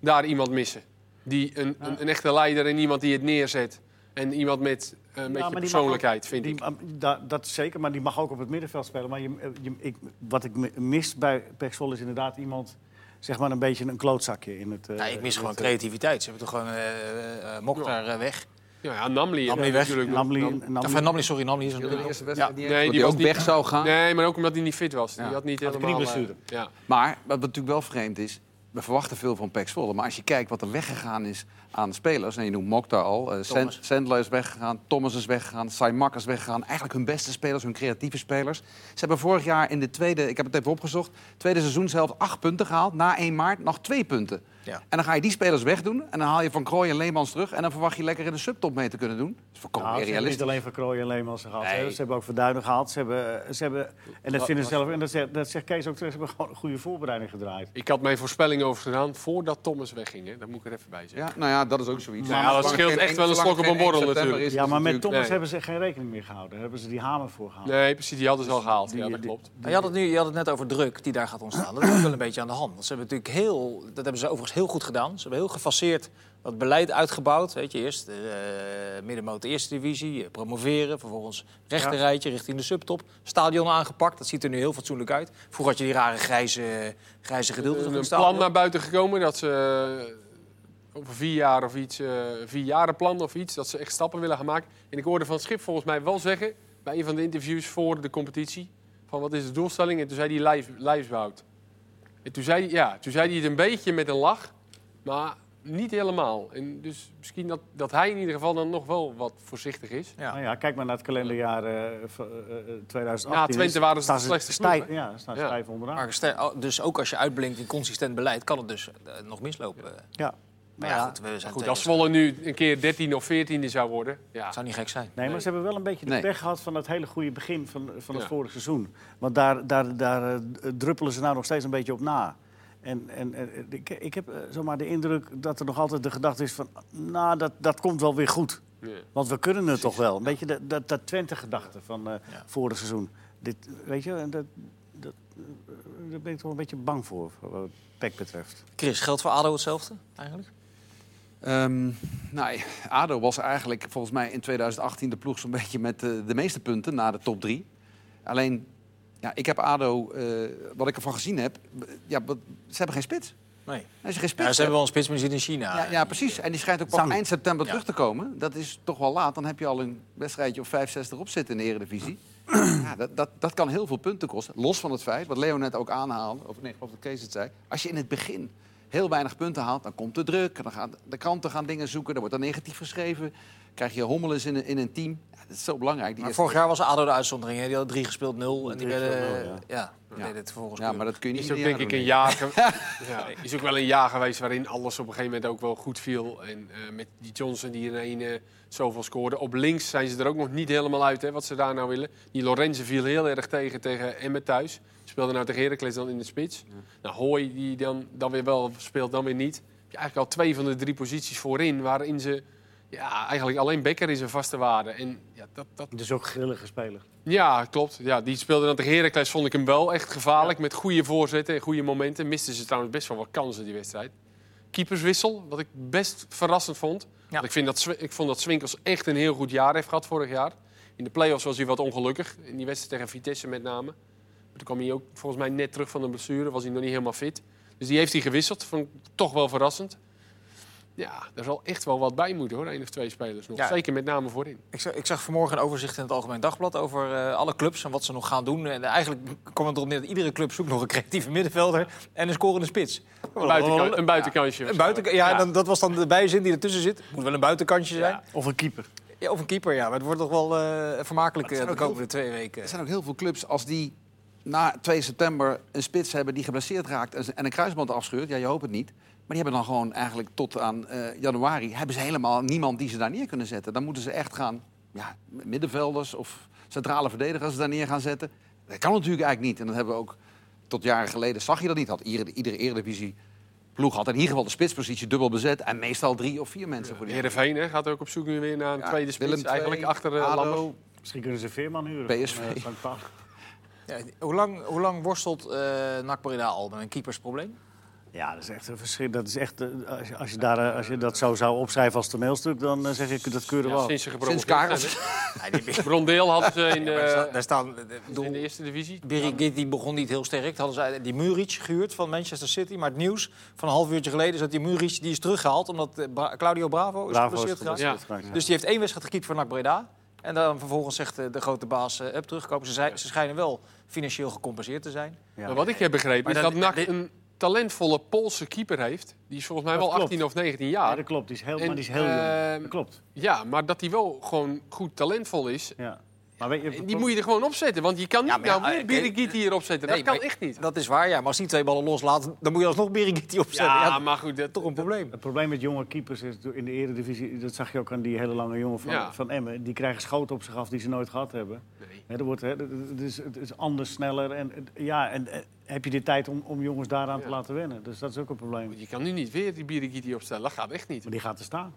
[SPEAKER 2] daar iemand missen. Die een, een, een echte leider en iemand die het neerzet. En iemand met eh, een beetje
[SPEAKER 4] maar die mag
[SPEAKER 2] persoonlijkheid,
[SPEAKER 4] ook-
[SPEAKER 2] vind
[SPEAKER 4] die-
[SPEAKER 2] ik.
[SPEAKER 4] ah, da- dat zeker, maar die mag ook op het middenveld spelen. Maar je, eh, je, ik, wat ik mi- mis bij Pek Zwolle is inderdaad iemand, zeg maar een beetje een klootzakje. In het, eh,
[SPEAKER 1] Ja, ik mis
[SPEAKER 4] in
[SPEAKER 1] gewoon
[SPEAKER 4] het, eh,
[SPEAKER 1] creativiteit. Ze hebben toch gewoon eh, eh, Mokhtar eh, weg.
[SPEAKER 2] Ja, ja, Namli.
[SPEAKER 1] Namli
[SPEAKER 2] eh,
[SPEAKER 1] weg.
[SPEAKER 2] natuurlijk nog-
[SPEAKER 4] Namli-
[SPEAKER 2] Nam-
[SPEAKER 4] Namli-
[SPEAKER 1] Of eh, Namli, sorry, Namli is er
[SPEAKER 3] De
[SPEAKER 1] natuurlijk nog.
[SPEAKER 3] eerste wedstrijd
[SPEAKER 1] Ja.
[SPEAKER 3] niet
[SPEAKER 2] Nee,
[SPEAKER 3] eens,
[SPEAKER 2] die
[SPEAKER 3] die ook
[SPEAKER 2] was niet-
[SPEAKER 3] weg zou gaan.
[SPEAKER 2] Nee, maar ook omdat hij niet fit was. Die
[SPEAKER 3] Ja.
[SPEAKER 2] had niet
[SPEAKER 4] Had een
[SPEAKER 2] helemaal... eh,
[SPEAKER 4] knieblessure.
[SPEAKER 2] ja.
[SPEAKER 3] Maar wat natuurlijk wel vreemd is, we verwachten veel van Pek Zwolle. Maar als je kijkt wat er weggegaan is aan spelers... en je noemt Mokhtar al, eh, Sand-
[SPEAKER 1] Thomas.
[SPEAKER 3] Sandler is weggegaan, Thomas is weggegaan... Saimak is weggegaan, eigenlijk hun beste spelers, hun creatieve spelers. Ze hebben vorig jaar in de tweede, ik heb het even opgezocht... tweede seizoen zelf acht punten gehaald, na 1 maart nog twee punten.
[SPEAKER 1] Ja.
[SPEAKER 3] En dan ga je die spelers wegdoen en dan haal je Van Krooi en Leemans terug... en dan verwacht je lekker in de subtop mee te kunnen doen. Dat is
[SPEAKER 4] Nou,
[SPEAKER 3] volkomen
[SPEAKER 4] ze hebben
[SPEAKER 3] realistisch.
[SPEAKER 4] niet alleen van Krooij en Leemans gehaald.
[SPEAKER 3] Nee.
[SPEAKER 4] hè. Ze hebben ook van Duinen gehaald. Ze hebben, eh, ze hebben, en dat
[SPEAKER 3] Wa-
[SPEAKER 4] vinden ze
[SPEAKER 3] was-
[SPEAKER 4] zelf. En dat zegt, dat zegt Kees ook terug. Ze hebben gewoon een goede voorbereiding gedraaid.
[SPEAKER 2] Ik had mijn voorspelling over gedaan voordat Thomas wegging. Hè. Dat moet ik er even bij zeggen.
[SPEAKER 3] Ja, nou ja, dat is ook zoiets.
[SPEAKER 2] Nou ja, dat scheelt echt wel een slok op een borrel natuurlijk.
[SPEAKER 4] Ja, maar met Thomas
[SPEAKER 2] nee.
[SPEAKER 4] hebben ze geen rekening meer gehouden. Daar hebben ze die hamer voor gehaald.
[SPEAKER 2] Nee, precies. Die hadden ze al gehaald.
[SPEAKER 4] Ah. die-
[SPEAKER 2] ja, dat
[SPEAKER 4] die-
[SPEAKER 2] klopt.
[SPEAKER 1] Nou, je, had het nu, je had het net over druk die daar gaat ontstaan. Dat is ook wel een beetje aan de hand. Want ze hebben natuurlijk heel, dat hebben ze overigens heel goed gedaan. Ze hebben heel gefaseerd dat beleid uitgebouwd. Weet je, eerst eh middenmoot de eerste divisie, eh, promoveren. Vervolgens rechterrijtje richting de subtop. Stadion aangepakt, dat ziet er nu heel fatsoenlijk uit. Vroeger had je die rare grijze, grijze gedeelten.
[SPEAKER 2] Er
[SPEAKER 1] van
[SPEAKER 2] is Eh, een
[SPEAKER 1] het
[SPEAKER 2] plan
[SPEAKER 1] stadion.
[SPEAKER 2] naar buiten gekomen dat ze eh, over vier jaar of iets, eh vier jaren plan of iets, dat ze echt stappen willen gaan maken. En ik hoorde van Schip volgens mij wel zeggen, bij een van de interviews voor de competitie. Van wat is de doelstelling? En toen zei hij lijf, lijfsbehoud. En toen zei, hij- ja, toen zei hij het een beetje met een lach, maar niet helemaal. En dus misschien dat, dat hij in ieder geval dan nog wel wat voorzichtig is.
[SPEAKER 1] Ja.
[SPEAKER 4] Nou ja, kijk maar naar het kalenderjaar eh, v- eh, eh, 2018.
[SPEAKER 2] Na Twente waren ze
[SPEAKER 4] Staan
[SPEAKER 2] de slechtste
[SPEAKER 4] stijf-
[SPEAKER 2] ploeg,
[SPEAKER 4] Ja, ze staan
[SPEAKER 2] Ja.
[SPEAKER 4] stijf onderaan.
[SPEAKER 1] Maar geste- oh, dus ook als je uitblinkt in consistent beleid, kan het dus eh, nog mislopen.
[SPEAKER 4] Ja.
[SPEAKER 1] Maar ja, goed, we zijn
[SPEAKER 2] Goed,
[SPEAKER 1] tegen-
[SPEAKER 2] als Zwolle nu een keer 13 of 14 zou worden, ja,
[SPEAKER 1] zou niet gek zijn.
[SPEAKER 4] Nee, maar ze hebben wel een beetje de
[SPEAKER 3] Nee.
[SPEAKER 4] pech gehad van dat hele goede begin van, van het
[SPEAKER 2] Ja.
[SPEAKER 4] vorige seizoen. Want daar, daar, daar eh, druppelen ze nou nog steeds een beetje op na. En, en eh, ik, ik heb eh, zomaar de indruk dat er nog altijd de gedachte is van... nou, dat, dat komt wel weer goed.
[SPEAKER 2] ja.
[SPEAKER 4] Want we kunnen het toch wel. Een beetje dat, dat, dat Twente-gedachte van eh, vorig seizoen. Dit, weet je, en dat, dat, eh, daar ben ik toch een beetje bang voor, wat PEC betreft.
[SPEAKER 1] Chris, geldt voor ADO hetzelfde eigenlijk?
[SPEAKER 3] Ehm, nou, ADO was eigenlijk volgens mij in 2018 de ploeg zo'n <laughs> beetje met eh, de meeste punten na de top drie. Alleen, ja, ik heb ADO, eh, wat ik ervan gezien heb, b- ja, wat- ze hebben geen spits.
[SPEAKER 1] Nee.
[SPEAKER 3] En Als je geen
[SPEAKER 1] Ja,
[SPEAKER 3] spits
[SPEAKER 1] ze hebben
[SPEAKER 3] hebt-
[SPEAKER 1] wel een spits, maar die zit in China.
[SPEAKER 3] ja, ja, precies. En die schijnt ook pas
[SPEAKER 4] Zang.
[SPEAKER 3] eind september
[SPEAKER 1] Ja.
[SPEAKER 3] terug te komen. Dat is toch wel laat. Dan heb je al een wedstrijdje of 65 op zitten in de <clears throat> Eredivisie. Ja, dat, dat, dat kan heel veel punten kosten. Los van het feit, wat Leo net ook aanhaalde, of nee, ik geloof dat Kees het zei. Als je in het begin heel weinig punten haalt, dan komt de druk. Dan gaan de kranten gaan dingen zoeken. Dan wordt er negatief geschreven. Krijg je hommeles in, een- in een team. Ja, dat is zo belangrijk. Die
[SPEAKER 1] Maar
[SPEAKER 3] eerste-
[SPEAKER 1] vorig jaar was ADO de uitzondering. Hè? Die hadden drie gespeeld, nul. En die
[SPEAKER 4] Drie
[SPEAKER 1] werden,
[SPEAKER 4] gespeeld, nul,
[SPEAKER 1] ja.
[SPEAKER 4] ja.
[SPEAKER 1] die deden het vervolgens
[SPEAKER 3] ja, maar dat kun je niet
[SPEAKER 2] Is ook
[SPEAKER 3] ieder
[SPEAKER 2] denk ik
[SPEAKER 3] jaar
[SPEAKER 2] een
[SPEAKER 3] doen,
[SPEAKER 2] jaar. ge-
[SPEAKER 3] <laughs>
[SPEAKER 2] ja, is ook wel een jaar geweest waarin alles op een gegeven moment ook wel goed viel. En eh, met die Johnson die er een eh, zoveel scoorde. Op links zijn ze er ook nog niet helemaal uit, hè, wat ze daar nou willen. Die Lorenzen viel heel erg tegen tegen Emmen thuis. Speelde nou tegen Heracles dan in de spits. Nou, Hooi die dan, dan weer wel speelt, dan weer niet. Heb je eigenlijk al twee van de drie posities voorin waarin ze... Ja, eigenlijk alleen Becker is een vaste waarde. En ja, dat, dat
[SPEAKER 4] Dus ook grillige speler.
[SPEAKER 2] ja, klopt. Ja, die speelde dan tegen Heracles, vond ik hem wel echt gevaarlijk. Met goede voorzetten en goede momenten. Misten ze trouwens best wel wat kansen die wedstrijd. Keeperswissel, wat ik best verrassend vond. Want ik, vind dat, Zwe- ik vond dat Swinkels echt een heel goed jaar heeft gehad vorig jaar. In de play-offs was hij wat ongelukkig. In die wedstrijd tegen Vitesse met name. Maar toen kwam hij ook volgens mij net terug van een blessure. Was hij nog niet helemaal fit. Dus die heeft hij gewisseld. Vond ik toch wel verrassend. Ja, daar zal echt wel wat bij moeten hoor. één of twee spelers nog.
[SPEAKER 1] Ja.
[SPEAKER 2] Zeker met name voorin.
[SPEAKER 1] Ik zag, ik zag vanmorgen een overzicht in het Algemeen Dagblad over eh, alle clubs en wat ze nog gaan doen. En eigenlijk kwam het erop neer dat iedere club zoekt nog een creatieve middenvelder en een scorende spits.
[SPEAKER 2] Een, buitenkan- een buitenkansje.
[SPEAKER 1] Een buiten, ja, Dan, dat was dan de bijzin die ertussen zit. Moet wel een buitenkantje zijn.
[SPEAKER 4] Of een keeper.
[SPEAKER 1] Ja, of een keeper, ja. Maar het wordt toch wel eh, vermakelijk eh,
[SPEAKER 3] zijn
[SPEAKER 1] de
[SPEAKER 3] ook heel
[SPEAKER 1] komende twee weken.
[SPEAKER 3] Er zijn ook heel veel clubs als die na 2 september een spits hebben die geblesseerd raakt en en een kruisband afscheurt. Ja, je hoopt het niet. Maar die hebben dan gewoon eigenlijk tot aan eh, januari hebben ze helemaal niemand die ze daar neer kunnen zetten. Dan moeten ze echt gaan ja, middenvelders of centrale verdedigers daar neer gaan zetten. Dat kan natuurlijk eigenlijk niet. En dat hebben we ook tot jaren geleden zag je dat niet. Had iedere, iedere eredivisie ploeg had in ieder geval de spitspositie dubbel bezet en meestal drie of vier mensen voor die.
[SPEAKER 2] Heerenveen hè, gaat ook op zoek nu weer naar een
[SPEAKER 3] Ja,
[SPEAKER 2] tweede spits.
[SPEAKER 3] Willem II,
[SPEAKER 2] eigenlijk achter de
[SPEAKER 3] ADO.
[SPEAKER 2] Lammers.
[SPEAKER 4] Misschien kunnen ze Veerman huren.
[SPEAKER 3] PSV.
[SPEAKER 4] Van, eh, Van Paal.
[SPEAKER 1] Ja, hoe, lang, hoe lang worstelt eh NAC Breda al met een <laughs> keepersprobleem?
[SPEAKER 4] Ja, dat is echt een verschil. Dat is echt, eh, als, je, als, je daar, eh, als je dat zo zou opschrijven als toneelstuk, dan eh, zeg ik dat keuren
[SPEAKER 2] Ja,
[SPEAKER 4] wel.
[SPEAKER 2] sinds ze gebroken
[SPEAKER 3] Sinds Karel.
[SPEAKER 1] Ja, die,
[SPEAKER 2] zijn. Brondeel
[SPEAKER 1] <laughs>
[SPEAKER 2] hadden ze eh, in
[SPEAKER 1] daar staan-
[SPEAKER 2] de,
[SPEAKER 1] daar staan... eh, bedoel,
[SPEAKER 2] in de eerste divisie.
[SPEAKER 1] Birigit die begon niet heel sterk. Toen Hadden ze die Muric gehuurd van Manchester City. Maar het nieuws van een half uurtje geleden is dat die Muric die is teruggehaald. Omdat eh, Bra- Claudio Bravo is
[SPEAKER 4] Bravo is
[SPEAKER 1] geblesseerd geraakt.
[SPEAKER 4] geblesseerd geraakt, ja.
[SPEAKER 1] Dus die heeft één wedstrijd gekiept voor NAC Breda. En dan vervolgens zegt eh, de grote baas eh, Up terugkomen. Ze, zei- ze schijnen wel financieel gecompenseerd te zijn.
[SPEAKER 4] Ja.
[SPEAKER 2] Maar wat ik heb begrepen is
[SPEAKER 1] Maar
[SPEAKER 2] dat
[SPEAKER 1] dan-
[SPEAKER 2] NAC
[SPEAKER 1] dit-
[SPEAKER 2] een talentvolle Poolse keeper heeft. Die is volgens mij
[SPEAKER 4] Dat
[SPEAKER 2] wel
[SPEAKER 4] klopt.
[SPEAKER 2] 18 of 19
[SPEAKER 4] Ja,
[SPEAKER 2] jaar.
[SPEAKER 4] dat klopt. Die is heel,
[SPEAKER 2] En,
[SPEAKER 4] maar die is heel
[SPEAKER 2] ehm,
[SPEAKER 4] jong. Dat klopt.
[SPEAKER 2] Ja, maar dat hij wel gewoon goed talentvol is.
[SPEAKER 4] Ja. Maar weet je,
[SPEAKER 2] En Die moet je er gewoon opzetten. Want je kan niet
[SPEAKER 1] Ja, maar ja,
[SPEAKER 2] nou weer
[SPEAKER 1] eh,
[SPEAKER 2] Birigit hier opzetten.
[SPEAKER 1] Nee,
[SPEAKER 2] dat kan
[SPEAKER 1] maar-
[SPEAKER 2] echt niet.
[SPEAKER 1] Dat is waar, ja. Maar als die twee ballen loslaat, dan moet je alsnog Birigit die opzetten. Ja,
[SPEAKER 2] Ja,
[SPEAKER 1] dat is
[SPEAKER 2] maar goed. eh, Dat,
[SPEAKER 1] toch een probleem.
[SPEAKER 4] Het probleem met jonge keepers is door- in de eredivisie, dat zag je ook aan die hele lange jongen van,
[SPEAKER 2] Ja.
[SPEAKER 4] van Emmen. Die krijgen schoten op zich af die ze nooit gehad hebben.
[SPEAKER 2] nee.
[SPEAKER 4] Hè, er wordt, hè, het- het, is, het is anders, sneller. En, het- ja, en eh, heb je de tijd om, om jongens daaraan te laten wennen? Dus dat is ook een probleem.
[SPEAKER 2] Je kan nu niet weer die Birigit hier opstellen. Dat gaat echt niet.
[SPEAKER 4] Maar die gaat er staan.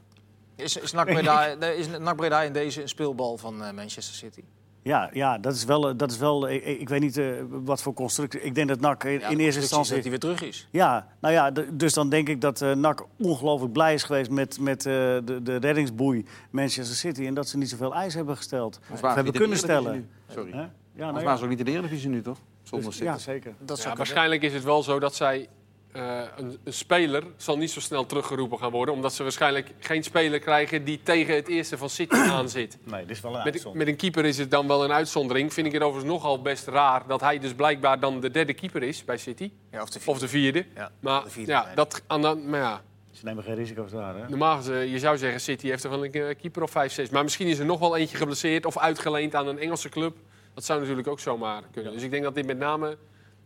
[SPEAKER 1] Is, is, NAC <laughs> Breda, nee, is NAC Breda in deze een speelbal van eh, Manchester City?
[SPEAKER 4] Ja, ja dat is wel. eh, Dat is wel eh, ik, ik weet niet eh, wat voor constructie. Ik denk dat NAC in,
[SPEAKER 1] Ja,
[SPEAKER 4] in
[SPEAKER 1] de
[SPEAKER 4] eerste
[SPEAKER 1] constructie is
[SPEAKER 4] instantie.
[SPEAKER 1] dat hij weer terug is.
[SPEAKER 4] Ja, nou ja, d- dus dan denk ik dat eh, NAC ongelooflijk blij is geweest met, met eh, de, de reddingsboei Manchester City. En dat ze niet zoveel eis hebben gesteld. Of
[SPEAKER 3] waren ze
[SPEAKER 4] hebben
[SPEAKER 3] niet
[SPEAKER 4] kunnen
[SPEAKER 3] in de Eredivisie
[SPEAKER 4] stellen.
[SPEAKER 3] nu. Sorry.
[SPEAKER 4] Hè?
[SPEAKER 3] Maar
[SPEAKER 4] Ja, nou
[SPEAKER 3] ze
[SPEAKER 4] ja.
[SPEAKER 3] waren ze ook niet in de Eredivisie nu, toch? Zonder
[SPEAKER 4] Dus-
[SPEAKER 3] dus,
[SPEAKER 4] ja, zeker.
[SPEAKER 1] Dat
[SPEAKER 2] Ja,
[SPEAKER 1] zou kunnen.
[SPEAKER 2] waarschijnlijk is het wel zo dat zij eh, een, een speler zal niet zo snel teruggeroepen gaan worden. Omdat ze waarschijnlijk geen speler krijgen die tegen het eerste van
[SPEAKER 1] <clears throat>
[SPEAKER 2] City aan zit.
[SPEAKER 4] Nee, dit is wel een
[SPEAKER 2] Met,
[SPEAKER 4] uitzondering.
[SPEAKER 2] met een keeper is het dan wel een uitzondering. Vind ik het overigens nogal best raar dat hij dus blijkbaar dan de derde keeper is bij City.
[SPEAKER 1] Ja, of de
[SPEAKER 2] Of de vierde.
[SPEAKER 1] Ja,
[SPEAKER 2] maar
[SPEAKER 1] de vierde,
[SPEAKER 2] ja,
[SPEAKER 1] nee.
[SPEAKER 2] dat, aan de, maar ja,
[SPEAKER 4] Ze nemen geen risico's daar, hè?
[SPEAKER 2] normaal gezien, je zou zeggen City heeft er wel een eh, keeper of vijf, zes. Maar misschien is er nog wel eentje geblesseerd of uitgeleend aan een Engelse club. Dat zou natuurlijk ook zomaar kunnen. Dus ik denk dat dit met name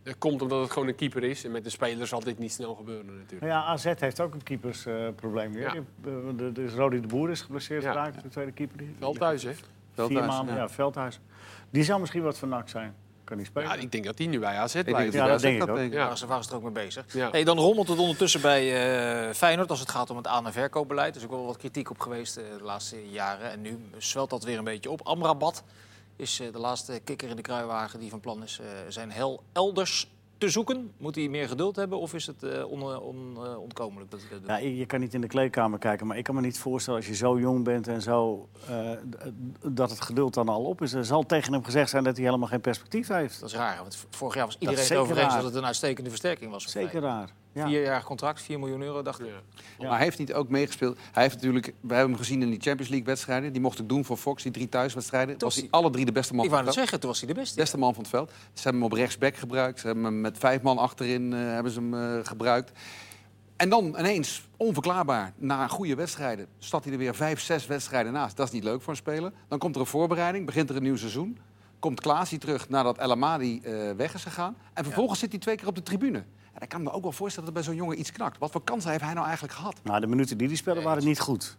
[SPEAKER 2] eh, komt omdat het gewoon een keeper is. En met de spelers zal dit niet snel gebeuren natuurlijk.
[SPEAKER 4] Nou ja, AZ heeft ook een keepersprobleem
[SPEAKER 2] Ja.
[SPEAKER 4] weer. Eh, de- Dus Rodi de Boer is geblesseerd
[SPEAKER 2] Ja.
[SPEAKER 4] geraakt, de tweede keeper. Die,
[SPEAKER 2] Wel thuis, hè?
[SPEAKER 3] Wel
[SPEAKER 4] Vier
[SPEAKER 3] thuis,
[SPEAKER 4] maanden,
[SPEAKER 3] ja.
[SPEAKER 4] ja. Veldhuis. Die zou misschien wat vernakt zijn. Kan niet spelen.
[SPEAKER 2] Ja, ik denk dat die nu bij AZ
[SPEAKER 3] Ik denk
[SPEAKER 2] blijft.
[SPEAKER 4] Ja,
[SPEAKER 3] het
[SPEAKER 4] dat
[SPEAKER 3] wel
[SPEAKER 4] denk
[SPEAKER 3] zegt,
[SPEAKER 4] ik
[SPEAKER 2] Ja.
[SPEAKER 1] Daar waren ze- waren ze er ook mee bezig.
[SPEAKER 2] Ja.
[SPEAKER 1] Hey, dan rommelt het ondertussen bij eh, Feyenoord als het gaat om het aan- en verkoopbeleid. Er is ook wel wat kritiek op geweest eh, de laatste jaren. En nu zwelt dat weer een beetje op. Amrabat is eh, de laatste kikker in de kruiwagen die van plan is eh, zijn hel elders te zoeken. Moet hij meer geduld hebben of is het eh, on, eh, on- eh, ontkomelijk dat hij dat doet?
[SPEAKER 4] Ja, je je kan niet in de kleedkamer kijken, maar ik kan me niet voorstellen als je zo jong bent en zo eh, d- dat het geduld dan al op is. Er zal tegen hem gezegd zijn dat hij helemaal geen perspectief heeft.
[SPEAKER 1] Dat is raar, want vorig jaar was iedereen
[SPEAKER 4] is
[SPEAKER 1] het
[SPEAKER 4] zeker
[SPEAKER 1] over eens
[SPEAKER 4] waar.
[SPEAKER 1] dat het een uitstekende versterking was. voor
[SPEAKER 4] Zeker
[SPEAKER 1] Feyenoord.
[SPEAKER 4] raar. Ja.
[SPEAKER 1] Vierjarig contract, 4 miljoen euro, dacht ik.
[SPEAKER 2] Ja.
[SPEAKER 4] Ja.
[SPEAKER 3] Maar hij heeft niet ook meegespeeld. Hij heeft natuurlijk, we hebben hem gezien in die Champions League wedstrijden. Die mocht ik doen voor Fox, die drie thuiswedstrijden.
[SPEAKER 1] Toch
[SPEAKER 3] was hij
[SPEAKER 1] die-
[SPEAKER 3] alle drie de beste man
[SPEAKER 1] Ik
[SPEAKER 3] van
[SPEAKER 1] wou
[SPEAKER 3] het
[SPEAKER 1] net zeggen,
[SPEAKER 3] veld.
[SPEAKER 1] toen was hij de beste.
[SPEAKER 3] Beste man van het veld. Ze hebben hem op rechtsback gebruikt. Ze hebben hem met vijf man achterin eh, hebben ze hem eh, gebruikt. En dan ineens, onverklaarbaar, na goede wedstrijden... staat hij er weer vijf, zes wedstrijden naast. Dat is niet leuk voor een speler. Dan komt er een voorbereiding, begint er een nieuw seizoen. Komt Klaasie terug nadat El Amadi eh, weg is gegaan. En vervolgens zit hij twee keer op de tribune. En ik kan me ook wel voorstellen dat er bij zo'n jongen iets knakt. Wat voor kansen heeft hij nou eigenlijk gehad?
[SPEAKER 4] Nou, de minuten die die spelen waren niet goed.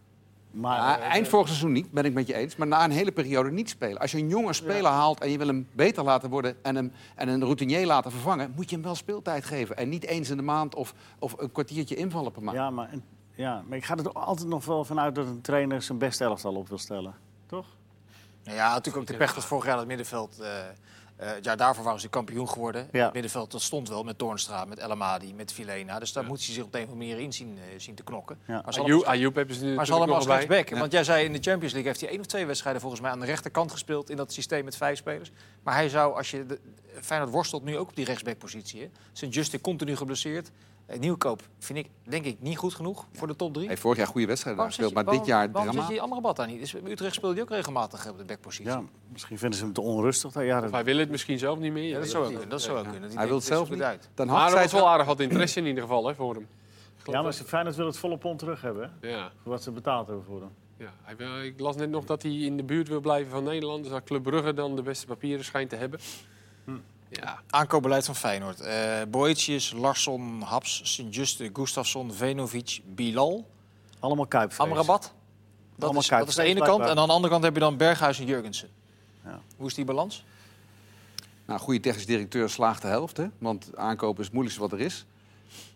[SPEAKER 4] Maar
[SPEAKER 3] Ja,
[SPEAKER 4] eh,
[SPEAKER 3] Ah, eind vorig seizoen niet, ben ik met je eens. Maar na een hele periode niet spelen. Als je een jonge speler haalt en je wil hem beter laten worden... En, hem, en een routinier laten vervangen, moet je hem wel speeltijd geven. En niet eens in de maand of, of een kwartiertje invallen per maand.
[SPEAKER 4] ja, maar, en- ja, maar ik ga er altijd nog wel vanuit dat een trainer zijn beste elftal op wil stellen. Toch?
[SPEAKER 1] Nou ja, natuurlijk ook de pech dat vorig jaar het middenveld. eh, eh, het jaar daarvoor waren ze kampioen geworden.
[SPEAKER 4] Ja.
[SPEAKER 1] Het middenveld dat stond wel met Toornstra, met El Amadi, met Filena. Dus daar moet hij zich op de een of andere manier in zien, eh, zien te knokken.
[SPEAKER 4] Ja.
[SPEAKER 3] Ah,
[SPEAKER 1] Maar ze hadden
[SPEAKER 2] Ayoub, Ayoub hebben ze nu
[SPEAKER 1] maar ze
[SPEAKER 2] natuurlijk
[SPEAKER 1] hadden hem als
[SPEAKER 2] nog bij.
[SPEAKER 1] rechtsback. Want jij zei in de Champions League heeft hij één of twee wedstrijden volgens mij aan de rechterkant gespeeld in dat systeem met vijf spelers. Maar hij zou, als je de, Feyenoord worstelt nu ook op die rechtsbackpositie. hè. Sint Justin continu geblesseerd. Eh, Nieuwkoop vind ik denk ik niet goed genoeg voor de top drie.
[SPEAKER 3] Hij heeft vorig jaar goede wedstrijden
[SPEAKER 1] Waarom
[SPEAKER 3] gespeeld,
[SPEAKER 1] zet je-
[SPEAKER 3] maar dit jaar
[SPEAKER 1] waarom- waarom zet
[SPEAKER 3] drama.
[SPEAKER 1] je die andere bad daar niet? Dus Utrecht speelde hij ook regelmatig eh, op de backpositie.
[SPEAKER 4] Ja, misschien vinden ze hem te onrustig. Ja,
[SPEAKER 2] Of
[SPEAKER 4] dat,
[SPEAKER 2] hij wil het misschien zelf niet meer.
[SPEAKER 1] Ja, dat
[SPEAKER 2] Ja,
[SPEAKER 1] zou ook kunnen. Dat zou ook kunnen. Die
[SPEAKER 3] Hij wil
[SPEAKER 1] denkt,
[SPEAKER 3] het
[SPEAKER 1] dit
[SPEAKER 3] zelf
[SPEAKER 1] zoek ik
[SPEAKER 3] niet.
[SPEAKER 1] uit.
[SPEAKER 3] Dan had
[SPEAKER 2] Maar er
[SPEAKER 3] zij
[SPEAKER 2] was wel aardig wat interesse in ieder geval hè, voor hem.
[SPEAKER 4] ja, maar ze- Feyenoord wil het volle pond terug hebben. hè,
[SPEAKER 2] Ja,
[SPEAKER 4] Voor wat ze betaald hebben voor hem.
[SPEAKER 2] ja. Hij wil- ik las net nog dat hij in de buurt wil blijven van Nederland. Dus dat Club Brugge dan de beste papieren schijnt te hebben.
[SPEAKER 4] Hm.
[SPEAKER 2] Ja,
[SPEAKER 1] Aankoopbeleid van Feyenoord. Eh Boetius, Larsson, Haps, Sint-Juste, Gustafsson, Venovic, Bilal,
[SPEAKER 4] Allemaal kuipvrees.
[SPEAKER 1] Amrabat. Dat
[SPEAKER 4] Allemaal
[SPEAKER 1] is, dat is de
[SPEAKER 4] kuipvrees,
[SPEAKER 1] ene kant.
[SPEAKER 4] blijkbaar.
[SPEAKER 1] En aan de andere kant heb je dan Berghuis en Jurgensen.
[SPEAKER 4] Ja.
[SPEAKER 1] Hoe is die balans?
[SPEAKER 3] Nou, goede technisch directeur slaagt de helft, hè? want aankopen is het moeilijkste wat er is.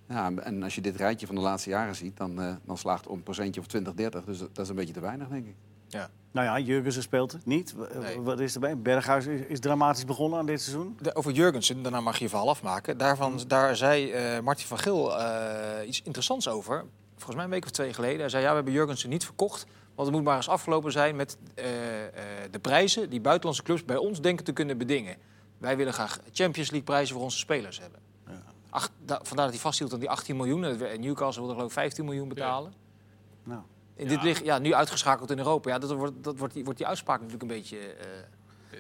[SPEAKER 3] Ja, en als je dit rijtje van de laatste jaren ziet, dan, eh, dan slaagt om een procentje of 20, 30. Dus dat dat is een beetje te weinig, denk ik.
[SPEAKER 4] Nou ja, Jurgensen speelt het niet. W-
[SPEAKER 1] Nee.
[SPEAKER 4] Wat is erbij? Berghuis is, is dramatisch begonnen aan dit seizoen.
[SPEAKER 1] De- over Jurgensen, daarna mag je je verhaal afmaken. Daarvan, Daar zei eh Martin van Geel eh, iets interessants over. Volgens mij een week of twee geleden. Hij zei, ja, we hebben Jurgensen niet verkocht. Want het moet maar eens afgelopen zijn met eh, eh, de prijzen... die buitenlandse clubs bij ons denken te kunnen bedingen. Wij willen graag Champions League prijzen voor onze spelers hebben. Acht- da- vandaar dat hij vasthield aan die 18 miljoen. En we- Newcastle wilde geloof ik 15 miljoen betalen.
[SPEAKER 4] Nou.
[SPEAKER 1] En dit ligt ja, nu uitgeschakeld in Europa. Ja, dat wordt, dat wordt, die, wordt die uitspraak natuurlijk een beetje... eh,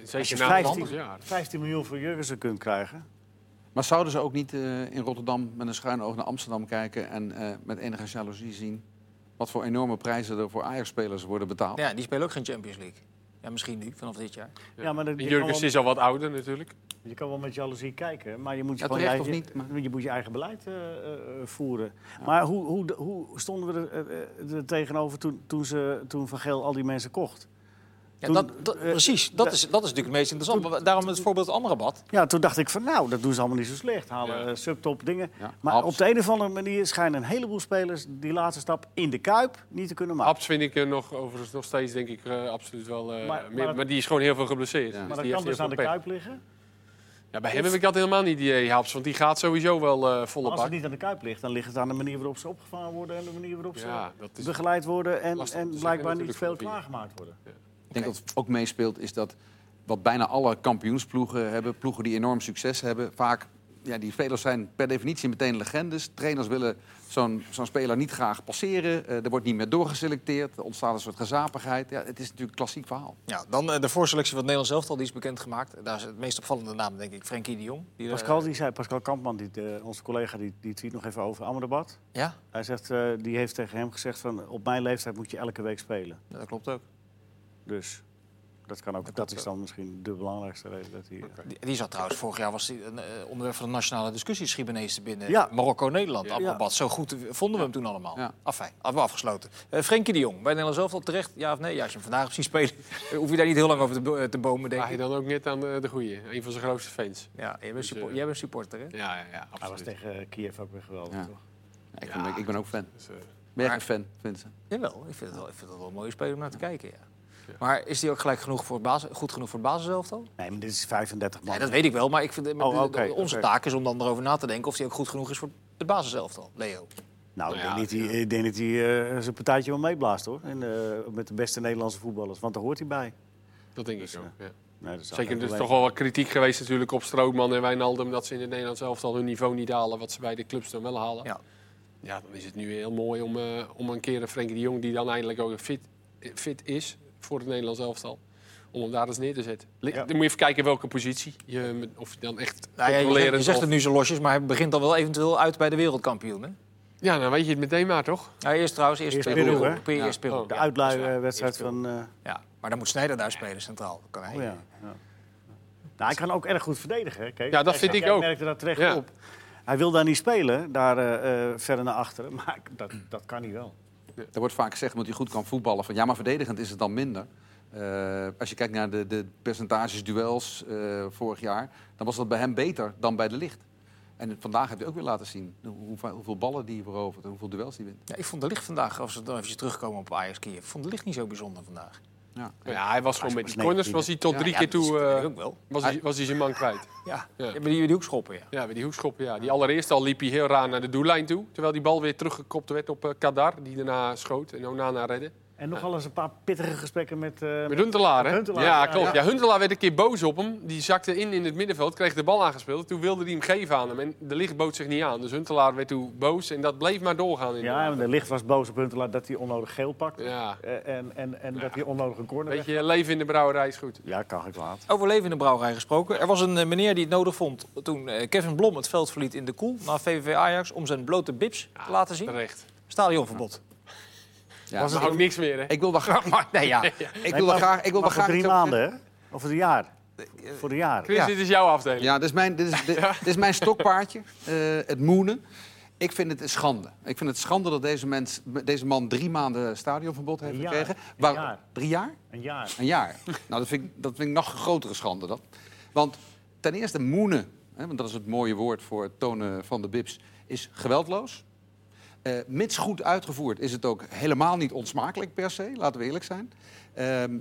[SPEAKER 2] zeker na het
[SPEAKER 4] 15,
[SPEAKER 2] andere jaar.
[SPEAKER 4] 15 miljoen voor Jurgensen kunt krijgen.
[SPEAKER 3] Maar zouden ze ook niet eh, in Rotterdam met een schuin oog naar Amsterdam kijken en eh, met enige jaloezie zien wat voor enorme prijzen er voor Ajax-spelers worden betaald?
[SPEAKER 1] ja, die spelen ook geen Champions League. Ja, misschien nu, vanaf dit jaar.
[SPEAKER 4] Ja, maar dat-
[SPEAKER 2] En
[SPEAKER 4] je
[SPEAKER 2] Jurgensen
[SPEAKER 4] kan wel-
[SPEAKER 2] is al wat ouder natuurlijk.
[SPEAKER 4] Je kan wel met jaloezie kijken, maar je moet,
[SPEAKER 3] Ja,
[SPEAKER 4] gewoon
[SPEAKER 3] terecht
[SPEAKER 4] je,
[SPEAKER 3] of
[SPEAKER 4] eigen-
[SPEAKER 3] niet, maar-
[SPEAKER 4] je, moet je eigen beleid eh, eh, eh, voeren. Maar hoe, hoe, hoe stonden we er, eh, er tegenover toen, toen, ze, toen Van Geel al die mensen kocht?
[SPEAKER 1] Ja,
[SPEAKER 4] Toen,
[SPEAKER 1] dat, dat-
[SPEAKER 4] eh,
[SPEAKER 1] precies, dat is, dat is natuurlijk het meest interessant. Maar daarom het voorbeeld Amrabat.
[SPEAKER 4] Ja, toen dacht ik van nou, dat doen ze allemaal niet zo slecht. Halen
[SPEAKER 2] Ja.
[SPEAKER 4] eh, subtop dingen.
[SPEAKER 3] Ja,
[SPEAKER 4] maar
[SPEAKER 3] Abs.
[SPEAKER 4] op de een of andere manier schijnen een heleboel spelers die laatste stap in de Kuip niet te kunnen maken.
[SPEAKER 2] Abs vind ik er nog, overigens nog steeds denk ik eh, absoluut wel. eh, meer- maar,
[SPEAKER 4] Maar- maar dat-
[SPEAKER 2] die is gewoon heel veel geblesseerd.
[SPEAKER 3] Ja.
[SPEAKER 2] Dus
[SPEAKER 4] maar
[SPEAKER 2] die
[SPEAKER 4] dat
[SPEAKER 2] heeft
[SPEAKER 4] kan dus
[SPEAKER 2] heel
[SPEAKER 4] aan de
[SPEAKER 2] veel pech.
[SPEAKER 4] Kuip liggen.
[SPEAKER 2] Ja, bij hem heb ik dat helemaal niet idee, Haps. Want die gaat sowieso wel eh volle
[SPEAKER 4] Maar als
[SPEAKER 2] bak.
[SPEAKER 4] het niet aan de Kuip ligt, dan ligt het aan de manier waarop ze opgevangen worden... en de manier waarop ze
[SPEAKER 2] Ja, dat is
[SPEAKER 4] begeleid worden en,
[SPEAKER 2] lastig om te zeggen
[SPEAKER 4] en blijkbaar niet
[SPEAKER 2] natuurlijk
[SPEAKER 4] veel
[SPEAKER 2] van vier.
[SPEAKER 4] klaargemaakt worden.
[SPEAKER 3] Ik denk dat ook meespeelt is dat wat bijna alle kampioensploegen hebben, ploegen die enorm succes hebben, vaak ja, die spelers zijn per definitie meteen legendes. Trainers willen zo'n zo'n speler niet graag passeren. Eh, er wordt niet meer doorgeselecteerd. Er ontstaat een soort gezapigheid. Ja, het is natuurlijk een klassiek verhaal.
[SPEAKER 1] Ja, dan eh, de voorselectie van het Nederlands elftal, die is bekendgemaakt. Daar is het meest opvallende naam, denk ik, Frenkie de Jong. Die, eh,
[SPEAKER 4] Pascal, die zei, Pascal Kampman, die, eh, onze collega, die, die tweet nog even over Amrabat.
[SPEAKER 1] Ja,
[SPEAKER 4] Hij zegt, eh, die heeft tegen hem gezegd van, op mijn leeftijd moet je elke week spelen.
[SPEAKER 1] dat klopt ook.
[SPEAKER 4] Dus dat kan ook. Dat, is dan misschien de belangrijkste reden dat hij... eh,
[SPEAKER 1] Die, die zat trouwens, vorig jaar was die een eh, onderwerp van de nationale discussie Schiebenees binnen
[SPEAKER 4] Ja.
[SPEAKER 1] Marokko-Nederland.
[SPEAKER 2] Ja.
[SPEAKER 1] Amrabat. Zo goed vonden we hem toen allemaal.
[SPEAKER 3] Ja.
[SPEAKER 1] Afijn, hadden we afgesloten. Eh Frenkie de Jong, bij Nederland zelf al terecht, ja of nee? Ja, als je hem vandaag op ziet spelen, <laughs> hoef je daar niet heel lang over te, bo- eh, te bomen, denk
[SPEAKER 2] Vraag je
[SPEAKER 1] ik.
[SPEAKER 2] dan ook net aan de, de goeie. Een van zijn grootste fans.
[SPEAKER 1] Ja, jij bent,
[SPEAKER 2] Dus,
[SPEAKER 1] suppo-
[SPEAKER 2] eh,
[SPEAKER 1] jij bent supporter, hè?
[SPEAKER 2] Ja, ja, ja
[SPEAKER 4] Hij was
[SPEAKER 2] absoluut.
[SPEAKER 4] tegen eh, Kiev ook weer geweldig,
[SPEAKER 3] Ja.
[SPEAKER 4] toch?
[SPEAKER 3] Ja, ik, ben, ik ben ook fan.
[SPEAKER 2] Dus, eh,
[SPEAKER 3] Ben jij
[SPEAKER 1] Maar-
[SPEAKER 3] een fan, Vincent?
[SPEAKER 1] Jawel, ik vind het wel, ik vind het wel een mooie speler om naar te kijken, ja.
[SPEAKER 2] Ja.
[SPEAKER 1] Maar is die ook gelijk genoeg voor het basis, goed genoeg voor het basiselftal?
[SPEAKER 4] Nee, maar dit is 35 man.
[SPEAKER 1] Nee, dat weet ik wel, maar ik vind, eh,
[SPEAKER 4] Oh, oké,
[SPEAKER 1] onze
[SPEAKER 4] oké.
[SPEAKER 1] taak is om dan erover na te denken of die ook goed genoeg is voor het basiselftal, Leo.
[SPEAKER 4] Nou, ik
[SPEAKER 2] Nou
[SPEAKER 4] denk
[SPEAKER 2] ja,
[SPEAKER 4] niet die- ik denk dat hij eh, zijn partijtje wel meeblaast, hoor. En, eh, met de beste Nederlandse voetballers, want daar hoort hij bij.
[SPEAKER 2] dat denk
[SPEAKER 4] Dus,
[SPEAKER 2] ik ook. Ja.
[SPEAKER 4] Nee, dat zou
[SPEAKER 2] Zeker,
[SPEAKER 4] geen
[SPEAKER 2] er is
[SPEAKER 4] probleem
[SPEAKER 2] toch wel wat kritiek geweest natuurlijk op Strootman en Wijnaldum... dat ze in het Nederlands elftal hun niveau niet halen... wat ze bij de clubs dan wel halen.
[SPEAKER 1] Ja.
[SPEAKER 2] Ja, dan is het nu heel mooi om, eh, om een keer een Frenkie de Jong... die dan eindelijk ook fit, eh, fit is voor het Nederlands elftal... om hem daar eens neer te zetten. Li-
[SPEAKER 4] Ja.
[SPEAKER 2] Dan moet je even kijken welke positie. Je, of je dan echt
[SPEAKER 1] Nou ja, je, zegt- je
[SPEAKER 2] controlerend
[SPEAKER 1] zegt
[SPEAKER 2] of-
[SPEAKER 1] het nu zo losjes, maar hij begint dan wel eventueel uit bij de wereldkampioen. Hè?
[SPEAKER 2] Ja, dan weet je het meteen maar, toch?
[SPEAKER 1] Nou, eerst trouwens, eerst,
[SPEAKER 4] Eerst
[SPEAKER 1] Peru.
[SPEAKER 4] Peru, hè?
[SPEAKER 1] Peru,
[SPEAKER 3] Ja.
[SPEAKER 1] Eerst Peru.
[SPEAKER 2] Oh.
[SPEAKER 4] De
[SPEAKER 1] Ja.
[SPEAKER 4] uitluiwedstrijd
[SPEAKER 2] Eerst
[SPEAKER 4] van... eh,
[SPEAKER 1] Ja. Maar dan moet Snijder daar spelen centraal. Kan hij.
[SPEAKER 4] Oh ja. ja. Nou, hij kan ook erg goed verdedigen. Hè? Kees?
[SPEAKER 2] Ja, dat
[SPEAKER 4] Jij-
[SPEAKER 2] vind ik
[SPEAKER 4] jij
[SPEAKER 2] ook.
[SPEAKER 4] merkte dat terecht
[SPEAKER 2] Ja.
[SPEAKER 4] op. Hij wil daar niet spelen, daar eh, eh, verder naar achteren. <laughs> Maar dat, dat kan hij wel.
[SPEAKER 3] Er wordt vaak gezegd omdat hij goed kan voetballen. Van, ja, maar verdedigend is het dan minder. Eh, als je kijkt naar de, de percentages duels eh, vorig jaar... dan was dat bij hem beter dan bij de licht. En vandaag heb je ook weer laten zien hoe, hoe- hoeveel ballen die hij verovert... en hoeveel duels die wint.
[SPEAKER 1] Ja, ik vond de licht vandaag, als we dan eventjes terugkomen op Ajax Kiev, ik vond de licht niet zo bijzonder vandaag.
[SPEAKER 3] Ja.
[SPEAKER 2] Ja, hij was gewoon
[SPEAKER 4] Hij
[SPEAKER 2] met
[SPEAKER 4] was
[SPEAKER 2] die corners was hij tot
[SPEAKER 3] Ja,
[SPEAKER 2] drie
[SPEAKER 1] ja,
[SPEAKER 2] keer
[SPEAKER 1] dat
[SPEAKER 2] toe...
[SPEAKER 1] is-
[SPEAKER 2] eh,
[SPEAKER 1] dat ook wel.
[SPEAKER 2] was, hij, was hij zijn man kwijt.
[SPEAKER 1] Ja,
[SPEAKER 2] Ja.
[SPEAKER 1] ja. die, die hoekschoppen, ja.
[SPEAKER 2] Ja, bij die hoekschoppen, ja. Die allereerst al liep hij heel raar naar de doellijn toe. Terwijl die bal weer teruggekopt werd op eh, Kadar, die daarna schoot en Onana redde.
[SPEAKER 4] En nogal eens een paar pittige gesprekken met... eh,
[SPEAKER 2] Met Huntelaar, hè?
[SPEAKER 4] Huntelaar,
[SPEAKER 2] ja,
[SPEAKER 4] ja,
[SPEAKER 2] klopt.
[SPEAKER 4] ja.
[SPEAKER 2] Ja. Huntelaar werd een keer boos op hem. Die zakte in in het middenveld, kreeg de bal aangespeeld. Toen wilde hij hem geven aan hem en de licht bood zich niet aan. Dus Huntelaar werd toen boos en dat bleef maar doorgaan. In
[SPEAKER 4] ja, en de licht was boos op Huntelaar dat hij onnodig geel pakt.
[SPEAKER 2] ja.
[SPEAKER 4] Eh, en en, en dat hij onnodig een corner weg...
[SPEAKER 2] Beetje leven in de brouwerij is goed.
[SPEAKER 4] Ja, kan ik laat.
[SPEAKER 1] Over leven in de brouwerij gesproken. Er was een eh, meneer die het nodig vond toen eh, Kevin Blom het veld verliet in de koel na VVV Ajax om zijn blote bips te laten zien.
[SPEAKER 2] Terecht.
[SPEAKER 1] Stadionverbod.
[SPEAKER 3] Ja,
[SPEAKER 2] Was
[SPEAKER 3] maar
[SPEAKER 2] het ook niks meer, hè?
[SPEAKER 3] Ik wil wel graag...
[SPEAKER 1] Maar nee, ja.
[SPEAKER 3] <laughs> Ik wil wel graag... Ik wil wel
[SPEAKER 4] maar voor
[SPEAKER 3] graag
[SPEAKER 4] drie
[SPEAKER 3] iets over zeggen.
[SPEAKER 4] maanden, hè? Of een jaar? Voor een jaar.
[SPEAKER 2] Chris,
[SPEAKER 1] Ja.
[SPEAKER 2] dit is jouw afdeling.
[SPEAKER 3] Ja, dit is mijn, dit is, dit, dit is mijn stokpaardje, eh, het moenen. Ik vind het een schande. Ik vind het schande dat deze, mens, deze man drie maanden stadionverbod heeft
[SPEAKER 4] Een jaar.
[SPEAKER 3] gekregen.
[SPEAKER 4] Een jaar.
[SPEAKER 3] Drie jaar?
[SPEAKER 4] Een jaar.
[SPEAKER 3] Een jaar. nou, dat vind, ik, dat vind ik nog een grotere schande dan. Want ten eerste moenen, hè, want dat is het mooie woord voor het tonen van de bips, is geweldloos. Eh, mits goed uitgevoerd is het ook helemaal niet onsmakelijk per se, laten we eerlijk zijn. Ehm,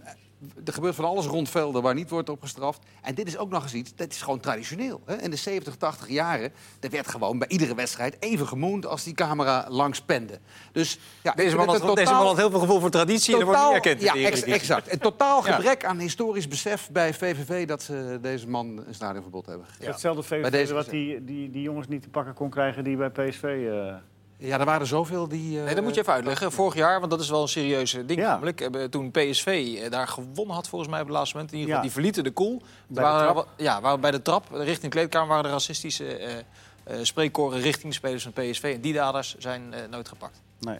[SPEAKER 3] er gebeurt van alles rond velden waar niet wordt op gestraft. En dit is ook nog eens iets, dat is gewoon traditioneel. Hè? In de 70, 80 jaren, er werd gewoon bij iedere wedstrijd even gemoend als die camera langs pende. Dus ja, ik
[SPEAKER 1] Deze, man
[SPEAKER 3] vind
[SPEAKER 1] had,
[SPEAKER 3] het een
[SPEAKER 1] deze man
[SPEAKER 3] totaal-
[SPEAKER 1] had heel veel gevoel voor traditie en dat wordt niet erkend. in de
[SPEAKER 3] ja, ex-
[SPEAKER 1] Eredivisie.
[SPEAKER 3] exact. Een totaal
[SPEAKER 1] Ja.
[SPEAKER 3] gebrek aan historisch besef bij VVV dat ze deze man een stadionverbod hebben gegeven.
[SPEAKER 4] Hetzelfde
[SPEAKER 3] Bij
[SPEAKER 4] VVV
[SPEAKER 3] deze
[SPEAKER 4] wat die, die, die jongens niet te pakken kon krijgen die bij PSV... eh,
[SPEAKER 3] Ja, er waren zoveel die. eh,
[SPEAKER 1] Nee, dat moet je even uitleggen. Vorig jaar, want dat is wel een serieuze ding
[SPEAKER 4] Ja.
[SPEAKER 1] namelijk. eh, Toen PSV eh, daar gewonnen had, volgens mij op het laatste moment. In ieder geval,
[SPEAKER 4] Ja.
[SPEAKER 1] die verlieten de koel.
[SPEAKER 4] Bij de trap.
[SPEAKER 1] ja, waren bij de trap, eh, richting de kleedkamer, waren er racistische eh eh, spreekkoren richting de spelers van PSV. En die daders zijn eh, nooit gepakt.
[SPEAKER 4] nee.
[SPEAKER 1] Maar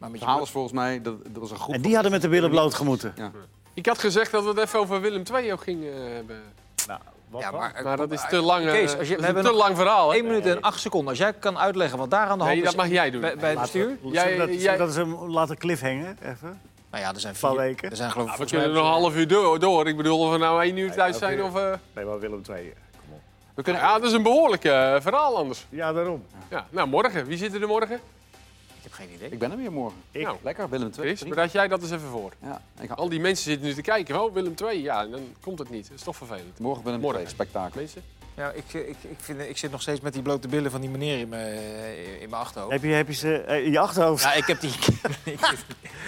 [SPEAKER 3] Het
[SPEAKER 1] met
[SPEAKER 3] verhaal is volgens mij, dat, dat was een groep.
[SPEAKER 4] En die hadden met de billen bloot gemoeten.
[SPEAKER 2] Ik had gezegd dat we het even over Willem II ook gingen eh, hebben.
[SPEAKER 4] Nou, wat
[SPEAKER 1] ja,
[SPEAKER 4] dan?
[SPEAKER 1] maar,
[SPEAKER 2] Maar dat is te lang, eh,
[SPEAKER 1] Kees, als je-
[SPEAKER 2] dat
[SPEAKER 1] we
[SPEAKER 2] is een
[SPEAKER 1] hebben
[SPEAKER 2] te
[SPEAKER 1] nog
[SPEAKER 2] lang verhaal. hè?
[SPEAKER 1] 1 minuut en 8 seconden. Als jij kan uitleggen wat daar aan de hand
[SPEAKER 2] Oh, Nee,
[SPEAKER 1] is
[SPEAKER 2] dat mag jij doen.
[SPEAKER 1] bij, bij het bestuur.
[SPEAKER 4] Zullen we
[SPEAKER 2] Jij-
[SPEAKER 4] dat, zullen we
[SPEAKER 2] jij-
[SPEAKER 4] dat is hem laten Eh, cliffhangen, even.
[SPEAKER 1] Nou ja, er zijn
[SPEAKER 4] Paar
[SPEAKER 1] vier.
[SPEAKER 4] weken.
[SPEAKER 1] Er zijn geloof ik
[SPEAKER 2] Ah, We
[SPEAKER 1] volgens
[SPEAKER 2] kunnen
[SPEAKER 1] mij-
[SPEAKER 2] nog een half uur door, door. Ik bedoel, of we nou één uur thuis zijn of... eh,
[SPEAKER 4] Nee, maar Willem II.
[SPEAKER 3] We kunnen
[SPEAKER 2] Ja, dat is een behoorlijk eh, verhaal anders.
[SPEAKER 4] Ja, daarom.
[SPEAKER 2] Ja, nou, morgen. Wie zit er morgen?
[SPEAKER 1] Ik heb geen idee.
[SPEAKER 3] eh, Ik ben er weer morgen.
[SPEAKER 4] Ik.
[SPEAKER 2] Nou,
[SPEAKER 3] Lekker, Willem II.
[SPEAKER 2] Chris,
[SPEAKER 3] prima.
[SPEAKER 2] bereid jij dat eens even voor.
[SPEAKER 3] Ja, ik hou-
[SPEAKER 2] Al die mensen zitten nu te kijken. Oh, Willem 2, ja, en dan komt het niet. Dat is toch vervelend.
[SPEAKER 3] Morgen Willem
[SPEAKER 2] Morgen.
[SPEAKER 3] II, spektakel.
[SPEAKER 2] Mensen,
[SPEAKER 1] Ja, ik, eh, ik, ik, vind, ik zit nog steeds met die blote billen van die meneer in mijn, eh, in mijn achterhoofd.
[SPEAKER 4] Heb je, heb je ze eh, in je achterhoofd?
[SPEAKER 1] Ja, ik heb die, <laughs> ik,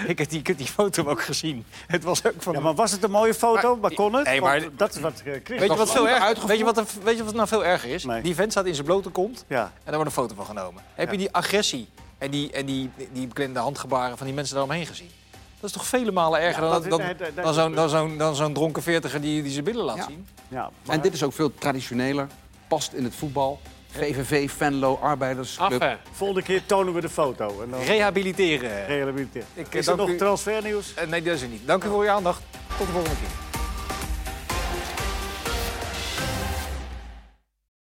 [SPEAKER 1] ik heb die, ik heb die foto ook gezien. Het was ook van...
[SPEAKER 4] Ja, maar was het een mooie foto? Maar, kon het?
[SPEAKER 1] Nee,
[SPEAKER 4] Want
[SPEAKER 1] maar-
[SPEAKER 4] dat is wat eh, Chris...
[SPEAKER 1] Weet je,
[SPEAKER 4] nog-
[SPEAKER 1] wat veel erg, weet, je wat, er- weet je wat nou veel erger is?
[SPEAKER 4] Nee.
[SPEAKER 1] Die vent staat in zijn blote kont
[SPEAKER 4] Ja.
[SPEAKER 1] en daar wordt een foto van genomen. Heb
[SPEAKER 4] Ja.
[SPEAKER 1] je die agressie en die, en die, die beklemde handgebaren van die mensen daaromheen gezien? Dat is toch vele malen erger
[SPEAKER 4] Ja,
[SPEAKER 1] dan,
[SPEAKER 4] dat-
[SPEAKER 1] dan,
[SPEAKER 4] nee, dat- dat-
[SPEAKER 1] dan zo'n, dan zo'n, dan zo'n dronken veertiger die, die zijn billen laat
[SPEAKER 3] Ja.
[SPEAKER 1] zien.
[SPEAKER 4] Ja, maar-
[SPEAKER 3] En dit is ook veel traditioneler, past in het voetbal. VVV, Venlo, Arbeidersclub.
[SPEAKER 2] Af, hè?
[SPEAKER 4] Volgende keer tonen we de foto. En dan
[SPEAKER 1] Rehabiliteren.
[SPEAKER 4] rehabiliteren.
[SPEAKER 1] Ik, eh,
[SPEAKER 4] Is er
[SPEAKER 1] dank
[SPEAKER 4] nog
[SPEAKER 1] u-
[SPEAKER 4] transfernieuws?
[SPEAKER 1] Eh, Nee, dat is het niet. Dank u voor uw aandacht. Tot de volgende keer.